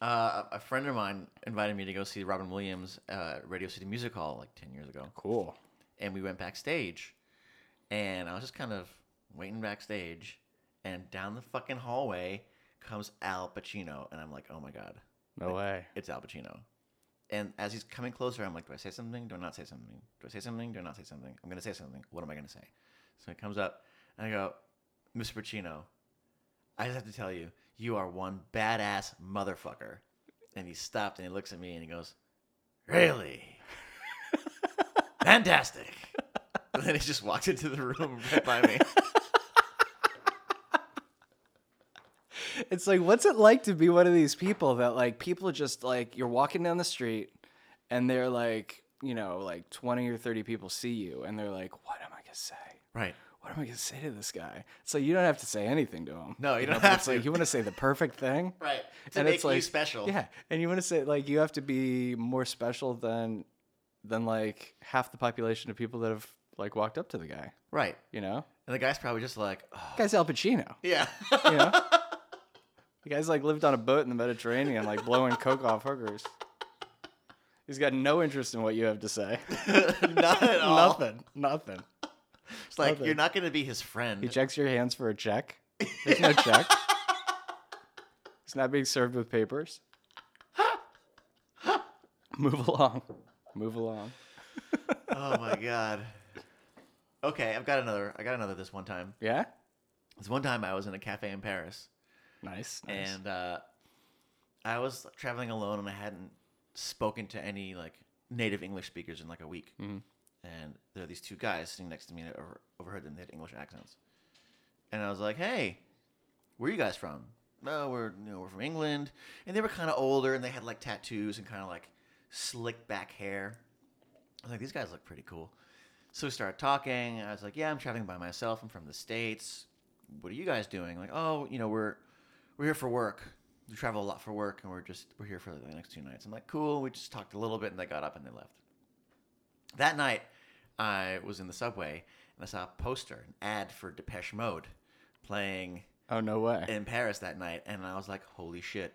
Speaker 2: Uh, a a friend of mine invited me to go see Robin Williams uh, at Radio City Music Hall like 10 years ago.
Speaker 1: Cool.
Speaker 2: And we went backstage. And I was just kind of waiting backstage. And down the fucking hallway comes Al Pacino. And I'm like, oh my God,
Speaker 1: No way.
Speaker 2: it's Al Pacino. And as he's coming closer, I'm like, do I say something? Do I not say something? Do I say something? Do I not say something? I'm going to say something. What am I going to say? So he comes up and I go, Mr. Pacino, I just have to tell you, you are one badass motherfucker. And he stopped and he looks at me and he goes, Really? Fantastic. And then he just walked into the room right by me.
Speaker 1: it's like, what's it like to be one of these people that like people just like you're walking down the street and they're like, you know, like 20 or 30 people see you and they're like, what am I going to say?
Speaker 2: Right.
Speaker 1: What am I going to say to this guy? So you don't have to say anything to him.
Speaker 2: No, you don't
Speaker 1: but
Speaker 2: have
Speaker 1: it's like
Speaker 2: to.
Speaker 1: you want to say the perfect thing.
Speaker 2: Right. To
Speaker 1: And
Speaker 2: make
Speaker 1: it's
Speaker 2: you
Speaker 1: like-
Speaker 2: special.
Speaker 1: Yeah, and you want to say like you have to be more special than than like half the population of people that have like walked up to the guy.
Speaker 2: Right.
Speaker 1: You know,
Speaker 2: And the guy's probably just like, oh.
Speaker 1: guy's Al Pacino.
Speaker 2: yeah.
Speaker 1: You know, the guy's like lived on a boat in the Mediterranean, like blowing coke off hookers. He's got no interest in what you have to say.
Speaker 2: Not at all.
Speaker 1: Nothing. Nothing.
Speaker 2: It's like
Speaker 1: nothing.
Speaker 2: you're not going to be his friend.
Speaker 1: He checks your hands for a check. There's no check. He's not being served with papers. Move along. Move along.
Speaker 2: oh my god. Okay, I've got another. I got another this one time.
Speaker 1: Yeah.
Speaker 2: This one time I was in a cafe in Paris
Speaker 1: Nice. nice.
Speaker 2: and uh, I was traveling alone and I hadn't spoken to any like native English speakers in like a week.
Speaker 1: Mhm.
Speaker 2: And there are these two guys sitting next to me and I over- overheard them. They had English accents. And I was like, hey, where are you guys from? No, we're you know, we're from England. And they were kind of older and they had like tattoos and kind of like slick back hair. I was like, these guys look pretty cool. So we started talking. I was like, yeah, I'm traveling by myself. I'm from the States. What are you guys doing? Like, oh, you know, we're we're here for work. We travel a lot for work and we're just we're here for the next two nights. I'm like, cool. We just talked a little bit and they got up and they left. That night, I was in the subway and I saw a poster, an ad for Depeche Mode playing
Speaker 1: oh no way.
Speaker 2: in Paris that night, and I was like, "Holy shit!"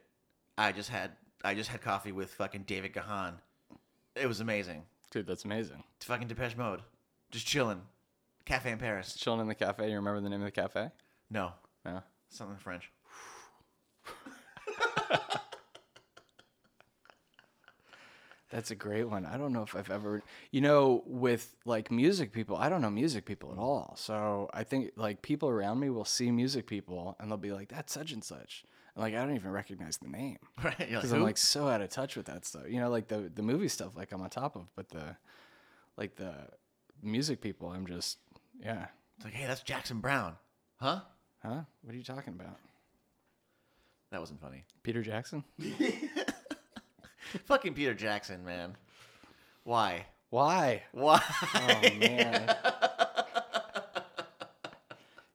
Speaker 2: I just had I just had coffee with fucking David Gahan. It was amazing.
Speaker 1: Dude, that's amazing.
Speaker 2: It's fucking Depeche Mode, just chilling, cafe in Paris.
Speaker 1: Chilling in the cafe. You remember the name of the cafe?
Speaker 2: No,
Speaker 1: No.
Speaker 2: something French.
Speaker 1: That's a great one. I don't know if I've ever, you know, with like music people, I don't know music people at all. So I think like people around me will see music people and they'll be like, that's such and such. And like, I don't even recognize the name
Speaker 2: Right? You're like,
Speaker 1: because I'm
Speaker 2: "Who?"
Speaker 1: like so out of touch with that stuff. You know, like the, the movie stuff, like I'm on top of, but the, like the music people, I'm just, yeah.
Speaker 2: It's like, hey, that's Jackson Brown, huh?
Speaker 1: Huh? What are you talking about?
Speaker 2: That wasn't funny.
Speaker 1: Peter Jackson?
Speaker 2: fucking Peter Jackson, man. Why?
Speaker 1: Why?
Speaker 2: Why?
Speaker 1: Oh man.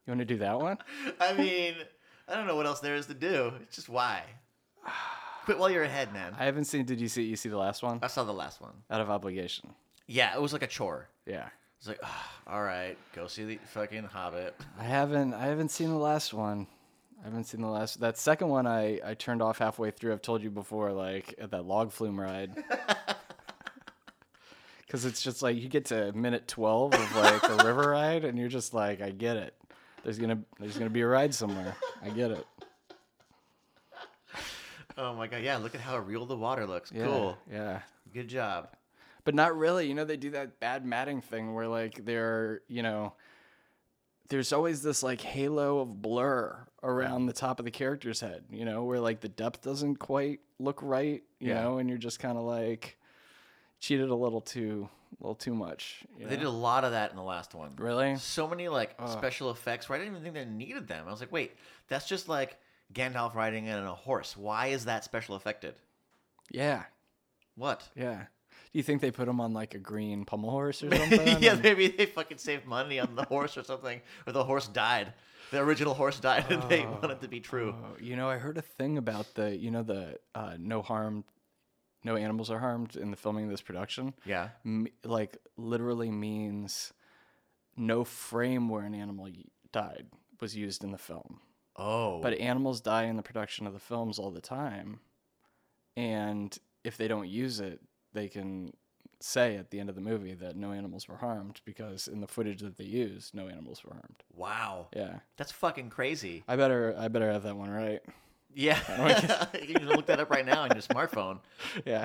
Speaker 1: you want to do that one?
Speaker 2: I mean, I don't know what else there is to do. It's just why. Quit while you're ahead, man.
Speaker 1: I haven't seen. Did you see? You see the last one?
Speaker 2: I saw the last one.
Speaker 1: Out of obligation.
Speaker 2: Yeah, it was like a chore.
Speaker 1: Yeah.
Speaker 2: It's like, "Ugh, all right, go see the fucking Hobbit.
Speaker 1: I haven't. I haven't seen the last one. I haven't seen the last. That second one, I I turned off halfway through. I've told you before, like at that log flume ride. Because it's just like you get to minute twelve of like the river ride, and you're just like, I get it. There's gonna there's gonna be a ride somewhere. I get it.
Speaker 2: Oh my god, yeah, look at how real the water looks.
Speaker 1: Yeah,
Speaker 2: Cool.
Speaker 1: Yeah.
Speaker 2: Good job.
Speaker 1: but not really. You know, they do that bad matting thing where like they're, you know, there's always this like halo of blur around the top of the character's head, you know, where like the depth doesn't quite look right, you
Speaker 2: Yeah.
Speaker 1: know, and you're just kind of like cheated a little too, a little too much. you
Speaker 2: They
Speaker 1: know?
Speaker 2: did a lot of that in the last one.
Speaker 1: really.
Speaker 2: So many like special effects where I didn't even think they needed them. I was like, wait, that's just like Gandalf riding in on a horse. Why is that special affected?
Speaker 1: Yeah,
Speaker 2: What?
Speaker 1: yeah. Do you think they put him on like a green pommel horse or something?
Speaker 2: yeah,
Speaker 1: And-
Speaker 2: maybe they fucking saved money on the horse or something, or the horse died. The original horse died, and they want it to be true.
Speaker 1: Oh, you know, I heard a thing about the, you know, the uh, no harm, no animals are harmed in the filming of this production.
Speaker 2: Yeah.
Speaker 1: m- like literally means no frame where an animal y- died was used in the film.
Speaker 2: Oh.
Speaker 1: But animals die in the production of the films all the time. And if they don't use it, they can say at the end of the movie that no animals were harmed because in the footage that they used, no animals were harmed.
Speaker 2: wow,
Speaker 1: Yeah.
Speaker 2: that's fucking crazy.
Speaker 1: I better I better have that one right.
Speaker 2: Yeah. you can look that up right now on your smartphone.
Speaker 1: Yeah.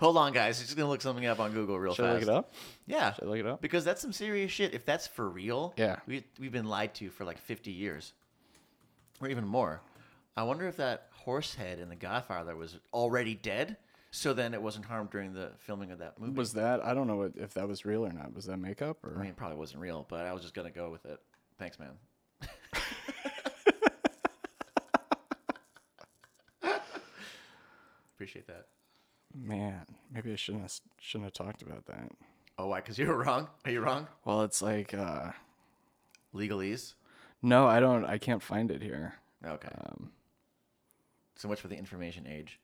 Speaker 2: Hold on, guys. He's just gonna look something up on Google real
Speaker 1: Should I
Speaker 2: fast.
Speaker 1: look it up?
Speaker 2: Yeah,
Speaker 1: Should I look it up?
Speaker 2: because that's some serious shit. If that's for real,
Speaker 1: Yeah.
Speaker 2: we we've been lied to for like fifty years, or even more. I wonder if that horse head in The Godfather was already dead, so then it wasn't harmed during the filming of that movie.
Speaker 1: Was that I don't know what, if that was real or not. Was that makeup or
Speaker 2: I mean, it probably wasn't real, but I was just gonna go with it. Thanks, man. Appreciate that.
Speaker 1: Man, maybe I shouldn't have, s- shouldn't have talked about that.
Speaker 2: Oh, why? Because you were wrong. Are you wrong?
Speaker 1: Well, it's like uh,
Speaker 2: Legalese.
Speaker 1: no, I don't. I can't find it here.
Speaker 2: Okay.
Speaker 1: Um,
Speaker 2: So much for the information age.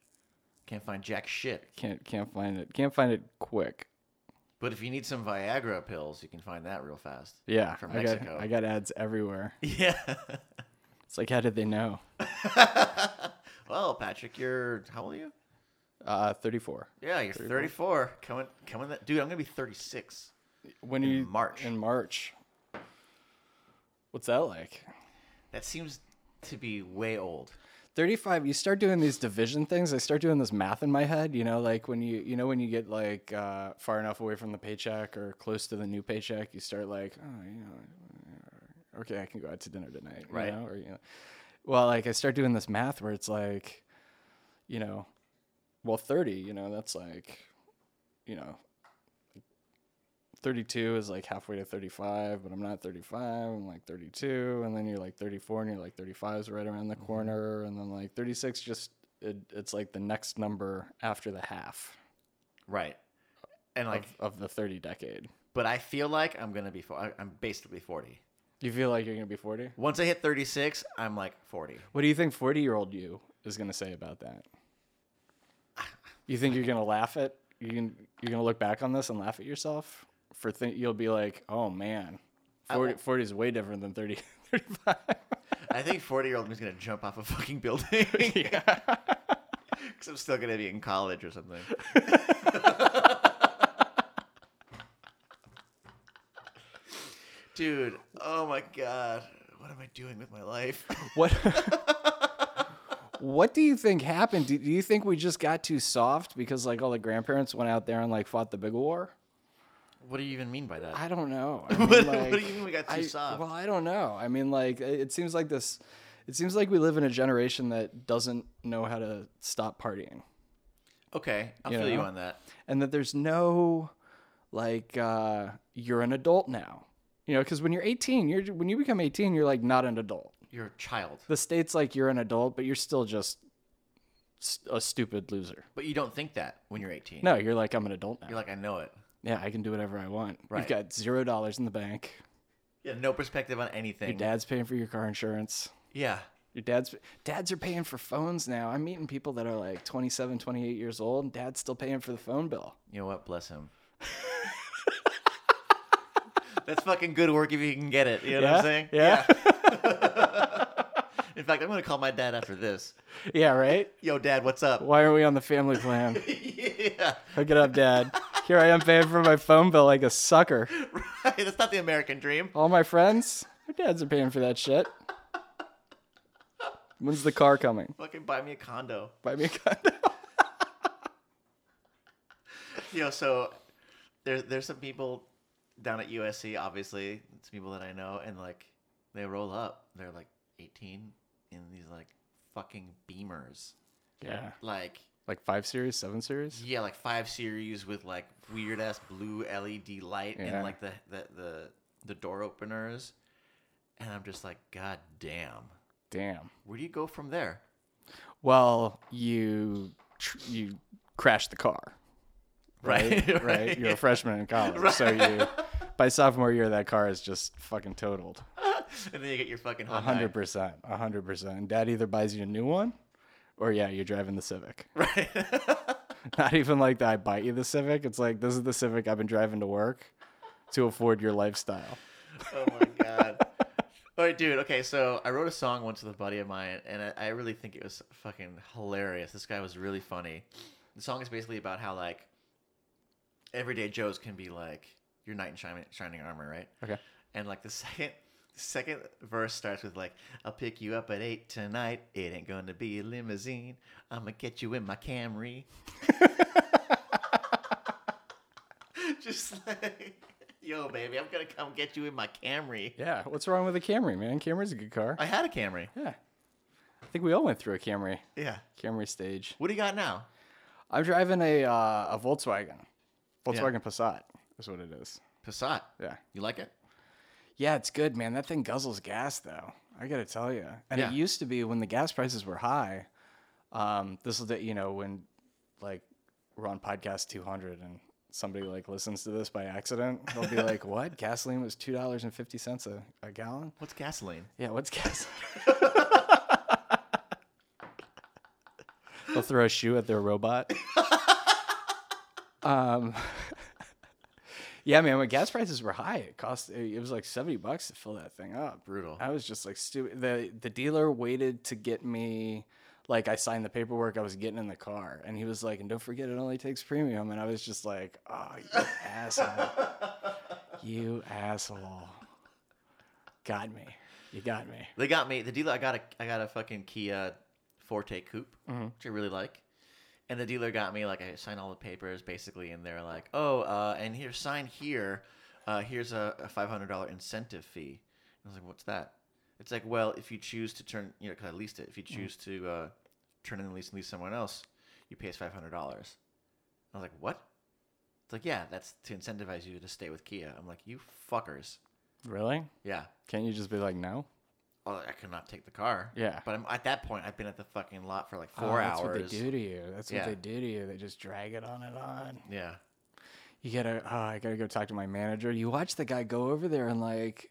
Speaker 2: Can't find jack shit.
Speaker 1: can't can't find it. Can't find it quick.
Speaker 2: But if you need some Viagra pills, you can find that real fast.
Speaker 1: Yeah,
Speaker 2: From
Speaker 1: I got
Speaker 2: Mexico.
Speaker 1: I got ads everywhere.
Speaker 2: Yeah.
Speaker 1: It's like how did they know?
Speaker 2: well, Patrick, you're how old are you?
Speaker 1: Uh, thirty four.
Speaker 2: Yeah, you're 34. Coming, coming. That dude, I'm gonna be 36.
Speaker 1: When
Speaker 2: In
Speaker 1: you
Speaker 2: March.
Speaker 1: in March. What's that like?
Speaker 2: That seems to be way old.
Speaker 1: 35 you start doing these division things i start doing this math in my head you know like when you you know when you get like uh, far enough away from the paycheck or close to the new paycheck you start like oh you know okay i can go out to dinner tonight you
Speaker 2: Right.
Speaker 1: know, or you know well like i start doing this math where it's like you know well 30 you know that's like you know 32 is like halfway to 35, but I'm not 35. I'm like 32, and then you're like 34, and you're like 35 is right around the corner, and then like 36 just it, it's like the next number after the half
Speaker 2: Right. And like,
Speaker 1: of, of the 30 decade.
Speaker 2: but I feel like I'm gonna be. fo- I- I'm basically 40.
Speaker 1: You feel like you're gonna be 40.
Speaker 2: Once I hit 36, I'm like 40.
Speaker 1: What do you think 40 year old you is gonna say about that? You think you're gonna laugh at you? Can, you're gonna look back on this and laugh at yourself for think you'll be like, oh man, 40, 40 is way different than 30, 35.
Speaker 2: I think 40 year old me's gonna jump off a fucking building. Because I'm still gonna be in college or something. Dude, oh my god, what am I doing with my life?
Speaker 1: What What do you think happened? Do, do you think we just got too soft because like all the grandparents went out there and like fought the big war?
Speaker 2: What do you even mean by that?
Speaker 1: I don't know. I mean,
Speaker 2: What- what do you mean we got too
Speaker 1: I-
Speaker 2: soft?
Speaker 1: Well, I don't know. I mean, like it it seems like this. It seems like we live in a generation that doesn't know how to stop partying,
Speaker 2: okay, I'll
Speaker 1: You
Speaker 2: feel you
Speaker 1: know?
Speaker 2: on that.
Speaker 1: and that there's no like uh, you're an adult now. You know, because when you're 18, you're when you become 18, you're like not an adult.
Speaker 2: You're a child,
Speaker 1: The state's like you're an adult, but you're still just s- a stupid loser.
Speaker 2: but you don't think that when you're 18.
Speaker 1: No, you're like I'm an adult now.
Speaker 2: You're like, I know it.
Speaker 1: yeah, I can do whatever I want.
Speaker 2: Right.
Speaker 1: You've got zero dollars in the bank.
Speaker 2: You have no perspective on
Speaker 1: Your
Speaker 2: anything.
Speaker 1: dad's paying for your car insurance.
Speaker 2: yeah.
Speaker 1: Your dad's dads are paying for phones now. I'm meeting people that are like 27, 28 years old, and dad's still paying for the phone bill.
Speaker 2: You know what? Bless him. That's fucking good work if you can get it. You know what I'm
Speaker 1: Yeah?
Speaker 2: saying?
Speaker 1: Yeah.
Speaker 2: Yeah. In fact, I'm gonna call my dad after this.
Speaker 1: Yeah, right?
Speaker 2: Yo, dad, what's up?
Speaker 1: Why are we on the family plan?
Speaker 2: yeah,
Speaker 1: Hook it up, dad. Here I am paying for my phone bill like a sucker.
Speaker 2: right. That's not the American dream.
Speaker 1: All my friends, their dads are paying for that shit. When's the car coming?
Speaker 2: Fucking buy me a condo.
Speaker 1: Buy me a condo.
Speaker 2: Yo, so there's there's some people down at USC. Obviously, it's people that I know, and like they roll up. They're like 18 in these like fucking Beamers.
Speaker 1: Yeah.
Speaker 2: Like
Speaker 1: Like five series, seven series?
Speaker 2: Yeah, like five series with like weird ass blue LED light
Speaker 1: Yeah.
Speaker 2: and like the, the the the door openers, and I'm just like, God damn,
Speaker 1: Damn.
Speaker 2: where do you go from there?
Speaker 1: Well, you tr- you crashed the car, right?
Speaker 2: Right, right.
Speaker 1: You're a freshman in college, so you by sophomore year that car is just fucking totaled.
Speaker 2: And then you get your fucking
Speaker 1: A
Speaker 2: Hyundai.
Speaker 1: hundred percent, a hundred percent. And dad either buys you a new one, or yeah, you're driving the Civic.
Speaker 2: Right.
Speaker 1: Not even like that. I buy you the Civic. It's like this is the Civic I've been driving to work to afford your lifestyle.
Speaker 2: oh my god. All right, dude. Okay, so I wrote a song once with a buddy of mine, and I, I really think it was fucking hilarious. This guy was really funny. The song is basically about how like everyday Joes can be like your knight in shining, shining armor, right?
Speaker 1: Okay.
Speaker 2: And like the second second verse starts with like, I'll pick you up at eight tonight. It ain't gonna be a limousine. I'ma get you in my Camry. Just like Yo, baby, I'm gonna come get you in my Camry.
Speaker 1: Yeah, what's wrong with a Camry, man? Camry's a good car.
Speaker 2: I had a Camry.
Speaker 1: yeah, I think we all went through a Camry,
Speaker 2: Yeah.
Speaker 1: Camry stage.
Speaker 2: What do you got now?
Speaker 1: I'm driving a uh, a Volkswagen,
Speaker 2: Yeah.
Speaker 1: Volkswagen Passat is what it is.
Speaker 2: Passat.
Speaker 1: Yeah,
Speaker 2: You like it?
Speaker 1: yeah, it's good, man. That thing guzzles gas though. I gotta tell you, and
Speaker 2: Yeah.
Speaker 1: it used to be when the gas prices were high. Um, this is the you know when like we're on podcast 200 and somebody like listens to this by accident, they'll be like, "What? Gasoline was two dollars and fifty cents a a gallon?
Speaker 2: What's gasoline?
Speaker 1: Yeah, what's gas?" they'll throw a shoe at their robot. um. Yeah, man. When gas prices were high, it cost it was like seventy bucks to fill that thing up.
Speaker 2: Brutal.
Speaker 1: I was just like stupid. The the dealer waited to get me like I signed the paperwork I was getting in the car and he was like, and don't forget it only takes premium and I was just like, Oh you asshole. You asshole. Got me. You got me.
Speaker 2: They got me the dealer. I got a I got a fucking Kia Forte Coupe, which I really like. And the dealer got me like I signed all the papers basically, and they're like, "Oh, uh, and here sign here. Uh, here's a, a five hundred dollar incentive fee." And I was like, "What's that?" It's like, well, if you choose to turn, you know, because I leased it. If you choose to uh, turn in the lease and lease someone else, you pay us five hundred dollars. I was like, "What?" It's like, "Yeah, that's to incentivize you to stay with Kia." I'm like, "You fuckers."
Speaker 1: Really?
Speaker 2: Yeah.
Speaker 1: Can't you just be like no?
Speaker 2: Oh, I could not take the car.
Speaker 1: Yeah.
Speaker 2: But I'm, at that point, I've been at the fucking lot for like four
Speaker 1: Oh,
Speaker 2: hours.
Speaker 1: That's what they do to you. That's
Speaker 2: Yeah.
Speaker 1: what they do to you. They just drag it on and on.
Speaker 2: Yeah.
Speaker 1: you gotta oh, i gotta go talk to my manager you watch the guy go over there and like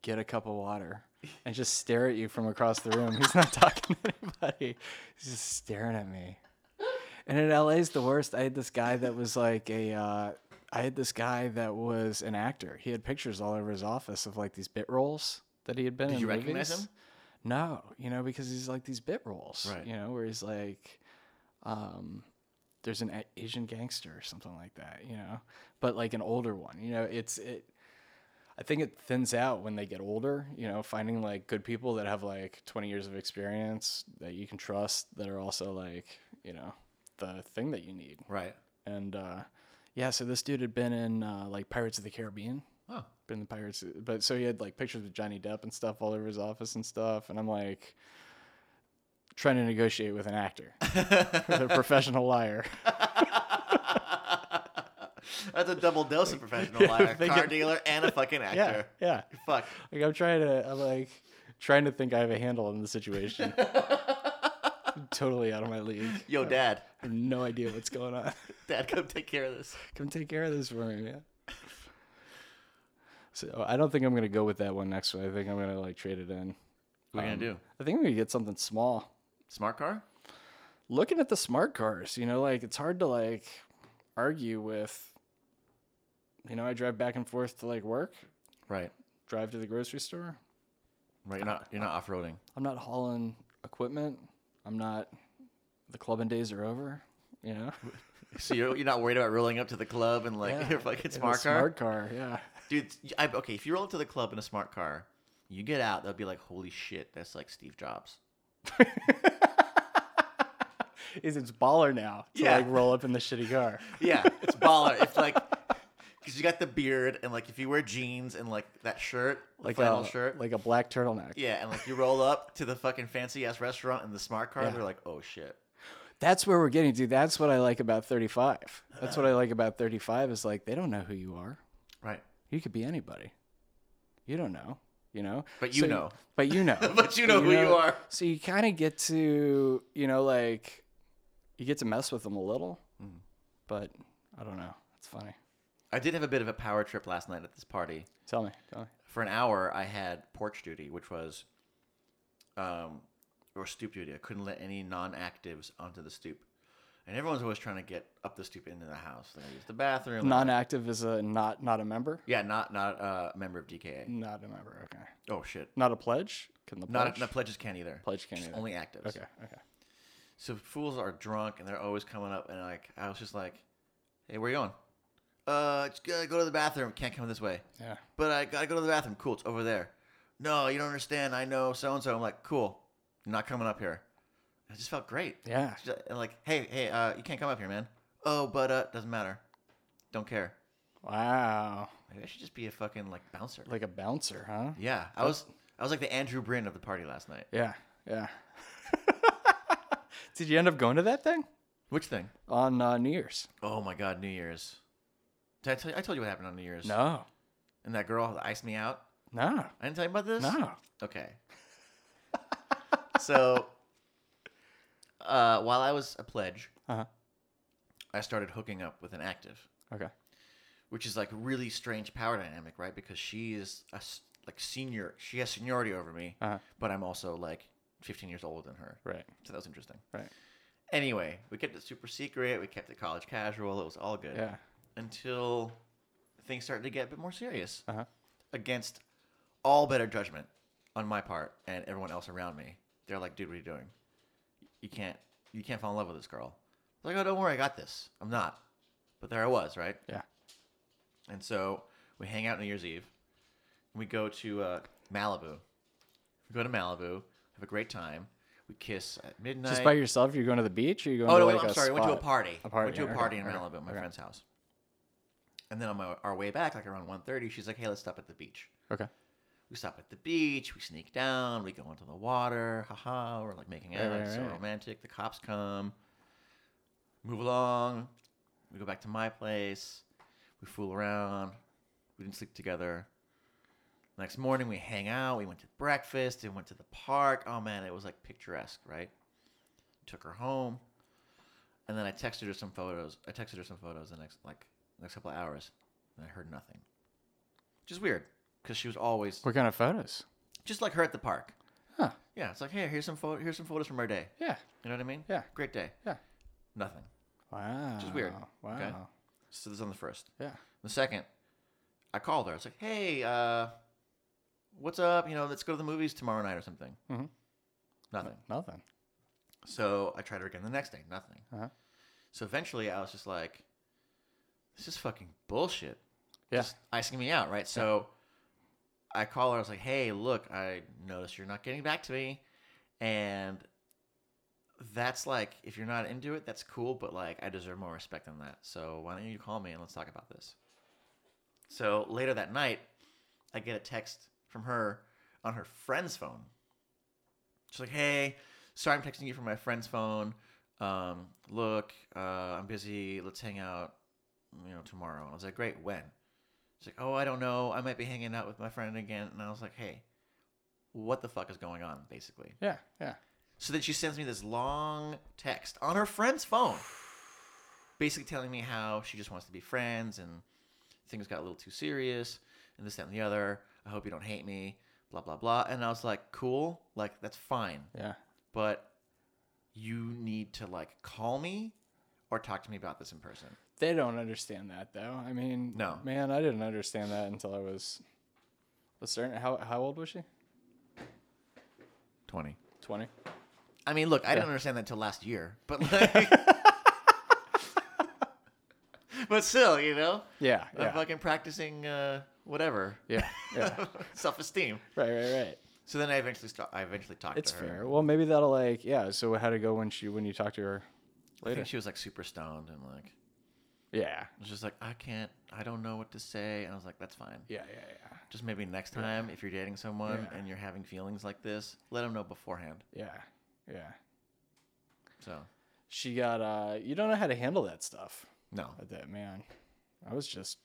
Speaker 1: get a cup of water and just stare at you from across the room he's not talking to anybody he's just staring at me and in la's the worst i had this guy that was like a uh, i had this guy that was an actor he had pictures all over his office of like these bit roles that he had been
Speaker 2: Did
Speaker 1: in
Speaker 2: you recognize
Speaker 1: movies.
Speaker 2: him?
Speaker 1: no you know because he's like these bit roles
Speaker 2: Right.
Speaker 1: you know where he's like um there's an A- Asian gangster or something like that, you know, but like an older one. You know, it's it. I think it thins out when they get older. You know, finding like good people that have like 20 years of experience that you can trust that are also like you know the thing that you need.
Speaker 2: Right.
Speaker 1: And uh, yeah, so this dude had been in uh, like Pirates of the Caribbean
Speaker 2: Oh.
Speaker 1: been the pirates but so he had like pictures with johnny depp and stuff all over his office and stuff and i'm like trying to negotiate with an actor with a professional liar
Speaker 2: That's a double dose of professional liar,
Speaker 1: they
Speaker 2: car
Speaker 1: get-
Speaker 2: dealer, and a fucking
Speaker 1: yeah
Speaker 2: actor.
Speaker 1: yeah
Speaker 2: Fuck.
Speaker 1: like i'm trying to i'm like trying to think i have a handle on the situation I'm totally out of my league
Speaker 2: Yo, dad.
Speaker 1: I have no idea what's going on
Speaker 2: Dad, come take care of this.
Speaker 1: come take care of this for me man so i don't think i'm gonna go with that one next one i think i'm gonna like trade it in
Speaker 2: What are you gonna do?
Speaker 1: i think i'm gonna get something small
Speaker 2: Smart car?
Speaker 1: looking at the smart cars, you know, like it's hard to like argue with. You know, I drive back and forth to like work,
Speaker 2: Right.
Speaker 1: drive to the grocery store.
Speaker 2: Right. You're not. You're not off roading.
Speaker 1: I'm not hauling equipment. I'm not. The clubbing days are over. You know,
Speaker 2: So you're, you're not worried about rolling up to the club and like
Speaker 1: Yeah.
Speaker 2: your fucking
Speaker 1: In a
Speaker 2: smart car,
Speaker 1: Smart car, yeah.
Speaker 2: dude. I, okay, if you roll up to the club in a smart car, you get out. They'll be like, "Holy shit, that's like Steve Jobs."
Speaker 1: Is it's baller now to
Speaker 2: Yeah.
Speaker 1: like roll up in the shitty car.
Speaker 2: Yeah, it's baller. It's like because you got the beard and like if you wear jeans and like that shirt, like
Speaker 1: Like
Speaker 2: flannel
Speaker 1: a
Speaker 2: shirt,
Speaker 1: like a black turtleneck.
Speaker 2: yeah, and like you roll up to the fucking fancy ass restaurant in the smart car,
Speaker 1: Yeah.
Speaker 2: they're like, oh shit,
Speaker 1: That's where we're getting to. That's what I like about 35. That's what I like about 35 is like they don't know who you are.
Speaker 2: right?
Speaker 1: You could be anybody. You don't know, you know.
Speaker 2: But you know.
Speaker 1: But you know.
Speaker 2: But you know who you are.
Speaker 1: So you kind of get to, you know, like you get to mess with them a little.
Speaker 2: Mm.
Speaker 1: But I don't know. It's funny.
Speaker 2: I did have a bit of a power trip last night at this party.
Speaker 1: Tell me. Tell me.
Speaker 2: For an hour, I had porch duty, which was, um, or stoop duty. I couldn't let any non-actives onto the stoop, and everyone's always trying to get up the stoop into the house. They use the bathroom.
Speaker 1: Non-active is a not not a member.
Speaker 2: yeah, not not uh, a member of DKA.
Speaker 1: Not a member. Okay.
Speaker 2: Oh shit.
Speaker 1: Not a pledge. Can the
Speaker 2: Not
Speaker 1: pledge?
Speaker 2: no, pledges can't either.
Speaker 1: Pledge can't
Speaker 2: Just
Speaker 1: either.
Speaker 2: Only actives.
Speaker 1: okay. Okay.
Speaker 2: So fools are drunk and they're always coming up and like I was just like, "Hey, where you going?" Uh, just gotta go to the bathroom. Can't come this way.
Speaker 1: Yeah.
Speaker 2: But I gotta go to the bathroom. Cool, it's over there. No, you don't understand. I know so and so. I'm like, cool. You're not coming up here. I just felt great.
Speaker 1: Yeah.
Speaker 2: She's like- And like, hey, hey, uh, you can't come up here, man. Oh, but uh, doesn't matter. Don't care.
Speaker 1: Wow.
Speaker 2: Maybe I should just be a fucking like bouncer.
Speaker 1: Like uh, a bouncer, huh?
Speaker 2: yeah, I was, I was like the Andrew Bryn of the party last night.
Speaker 1: Yeah. Yeah. Did you end up going to that thing
Speaker 2: Which thing?
Speaker 1: on uh, New Year's?
Speaker 2: Oh my God, New Year's. Did I tell you? I told you what happened on New Year's.
Speaker 1: No.
Speaker 2: And that girl that iced me out.
Speaker 1: No.
Speaker 2: I didn't tell you about this.
Speaker 1: No.
Speaker 2: Okay. so, uh, while I was a pledge,
Speaker 1: Uh-huh.
Speaker 2: I started hooking up with an active,
Speaker 1: Okay.
Speaker 2: which is like really strange power dynamic, right? Because she is a s like senior. She has seniority over me,
Speaker 1: Uh-huh.
Speaker 2: but I'm also like 15 years older than her.
Speaker 1: Right.
Speaker 2: So that was interesting.
Speaker 1: Right.
Speaker 2: Anyway, we kept it super secret. We kept it college casual. It was all good
Speaker 1: Yeah.
Speaker 2: until things started to get a bit more serious
Speaker 1: Uh huh.
Speaker 2: against all better judgment on my part and everyone else around me. They're like, "Dude, what are you doing? You can't, you can't fall in love with this girl." I was like, "Oh, don't worry, I got this. I'm not." But there I was, right?
Speaker 1: Yeah.
Speaker 2: And so we hang out New Year's Eve. And we go to uh, Malibu. We go to Malibu, have a great time. We kiss at midnight.
Speaker 1: Just by yourself? You're going to the beach? Or you going
Speaker 2: Oh
Speaker 1: to
Speaker 2: no,
Speaker 1: like
Speaker 2: I'm
Speaker 1: a
Speaker 2: sorry. I Went to a
Speaker 1: spot?
Speaker 2: party.
Speaker 1: A party,
Speaker 2: Went to a
Speaker 1: okay,
Speaker 2: party in
Speaker 1: okay,
Speaker 2: Malibu at my
Speaker 1: okay.
Speaker 2: friend's house. And then on my, our way back, like around 1.30, she's like, "Hey, let's stop at the beach."
Speaker 1: Okay.
Speaker 2: We stop at the beach. We sneak down. We go into the water. Haha. We're like making out.
Speaker 1: Right,
Speaker 2: it's
Speaker 1: right,
Speaker 2: so
Speaker 1: right.
Speaker 2: romantic. The cops come. Move along. We go back to my place. We fool around. We didn't sleep together. Next morning, we hang out. We went to breakfast. We went to the park. Oh man, it was like picturesque, right? Took her home, and then I texted her some photos. I texted her some photos the next like next couple of hours, and I heard nothing. Just weird, because she was always
Speaker 1: What kind of photos?
Speaker 2: just like her at the park.
Speaker 1: Huh.
Speaker 2: Yeah, it's like hey, here's some photo, here's some photos from our day.
Speaker 1: Yeah.
Speaker 2: You know what I mean?
Speaker 1: Yeah.
Speaker 2: Great day.
Speaker 1: Yeah.
Speaker 2: Nothing.
Speaker 1: Wow.
Speaker 2: is weird.
Speaker 1: Wow.
Speaker 2: Okay. So this is on the first.
Speaker 1: Yeah.
Speaker 2: The second, I called her. I was like, hey, uh, what's up? You know, let's go to the movies tomorrow night or something.
Speaker 1: Mhm.
Speaker 2: Nothing.
Speaker 1: Nothing.
Speaker 2: So I tried her again the next day. Nothing.
Speaker 1: Uh-huh.
Speaker 2: So eventually, I was just like, this is fucking bullshit.
Speaker 1: Yeah.
Speaker 2: Just icing me out, right? So I call her. I was like, hey, look, I noticed you're not getting back to me. And that's like, if you're not into it, that's cool. But like, I deserve more respect than that. So why don't you call me and let's talk about this? So later that night, I get a text from her on her friend's phone. She's like, hey, sorry I'm texting you from my friend's phone. Um, look, uh, I'm busy. Let's hang out, you know, tomorrow. I was like, great, when? She's like, oh, I don't know. I might be hanging out with my friend again. And I was like, hey, what the fuck is going on, basically?
Speaker 1: Yeah. Yeah.
Speaker 2: So then she sends me this long text on her friend's phone, basically telling me how she just wants to be friends and things got a little too serious and this, that, and the other. I hope you don't hate me, blah, blah, blah. And I was like, cool. Like, that's fine.
Speaker 1: Yeah.
Speaker 2: But you need to, like, call me or talk to me about this in person.
Speaker 1: They don't understand that though. I mean,
Speaker 2: No.
Speaker 1: man, I didn't understand that until I was a certain. How how old was she?
Speaker 2: 20.
Speaker 1: Twenty.
Speaker 2: I mean, look, I didn't understand that until last year, but like. But still, you know,
Speaker 1: Yeah.
Speaker 2: I'm
Speaker 1: Yeah.
Speaker 2: fucking practicing uh, whatever.
Speaker 1: Yeah. Yeah.
Speaker 2: self esteem.
Speaker 1: right. Right. Right.
Speaker 2: So then I eventually st- I eventually talked
Speaker 1: It's
Speaker 2: to her.
Speaker 1: fair. Well, maybe that'll like yeah. So how to go when she when you talk to her
Speaker 2: I
Speaker 1: later?
Speaker 2: think she was like super stoned and like
Speaker 1: Yeah.
Speaker 2: was just like I can't I don't know what to say and I was like that's fine.
Speaker 1: Yeah. Yeah. Yeah.
Speaker 2: Just maybe next time if you're dating someone
Speaker 1: Yeah.
Speaker 2: and you're having feelings like this, let them know beforehand.
Speaker 1: Yeah. Yeah.
Speaker 2: So
Speaker 1: She got uh. You don't know how to handle that stuff.
Speaker 2: no,
Speaker 1: But That man, I was just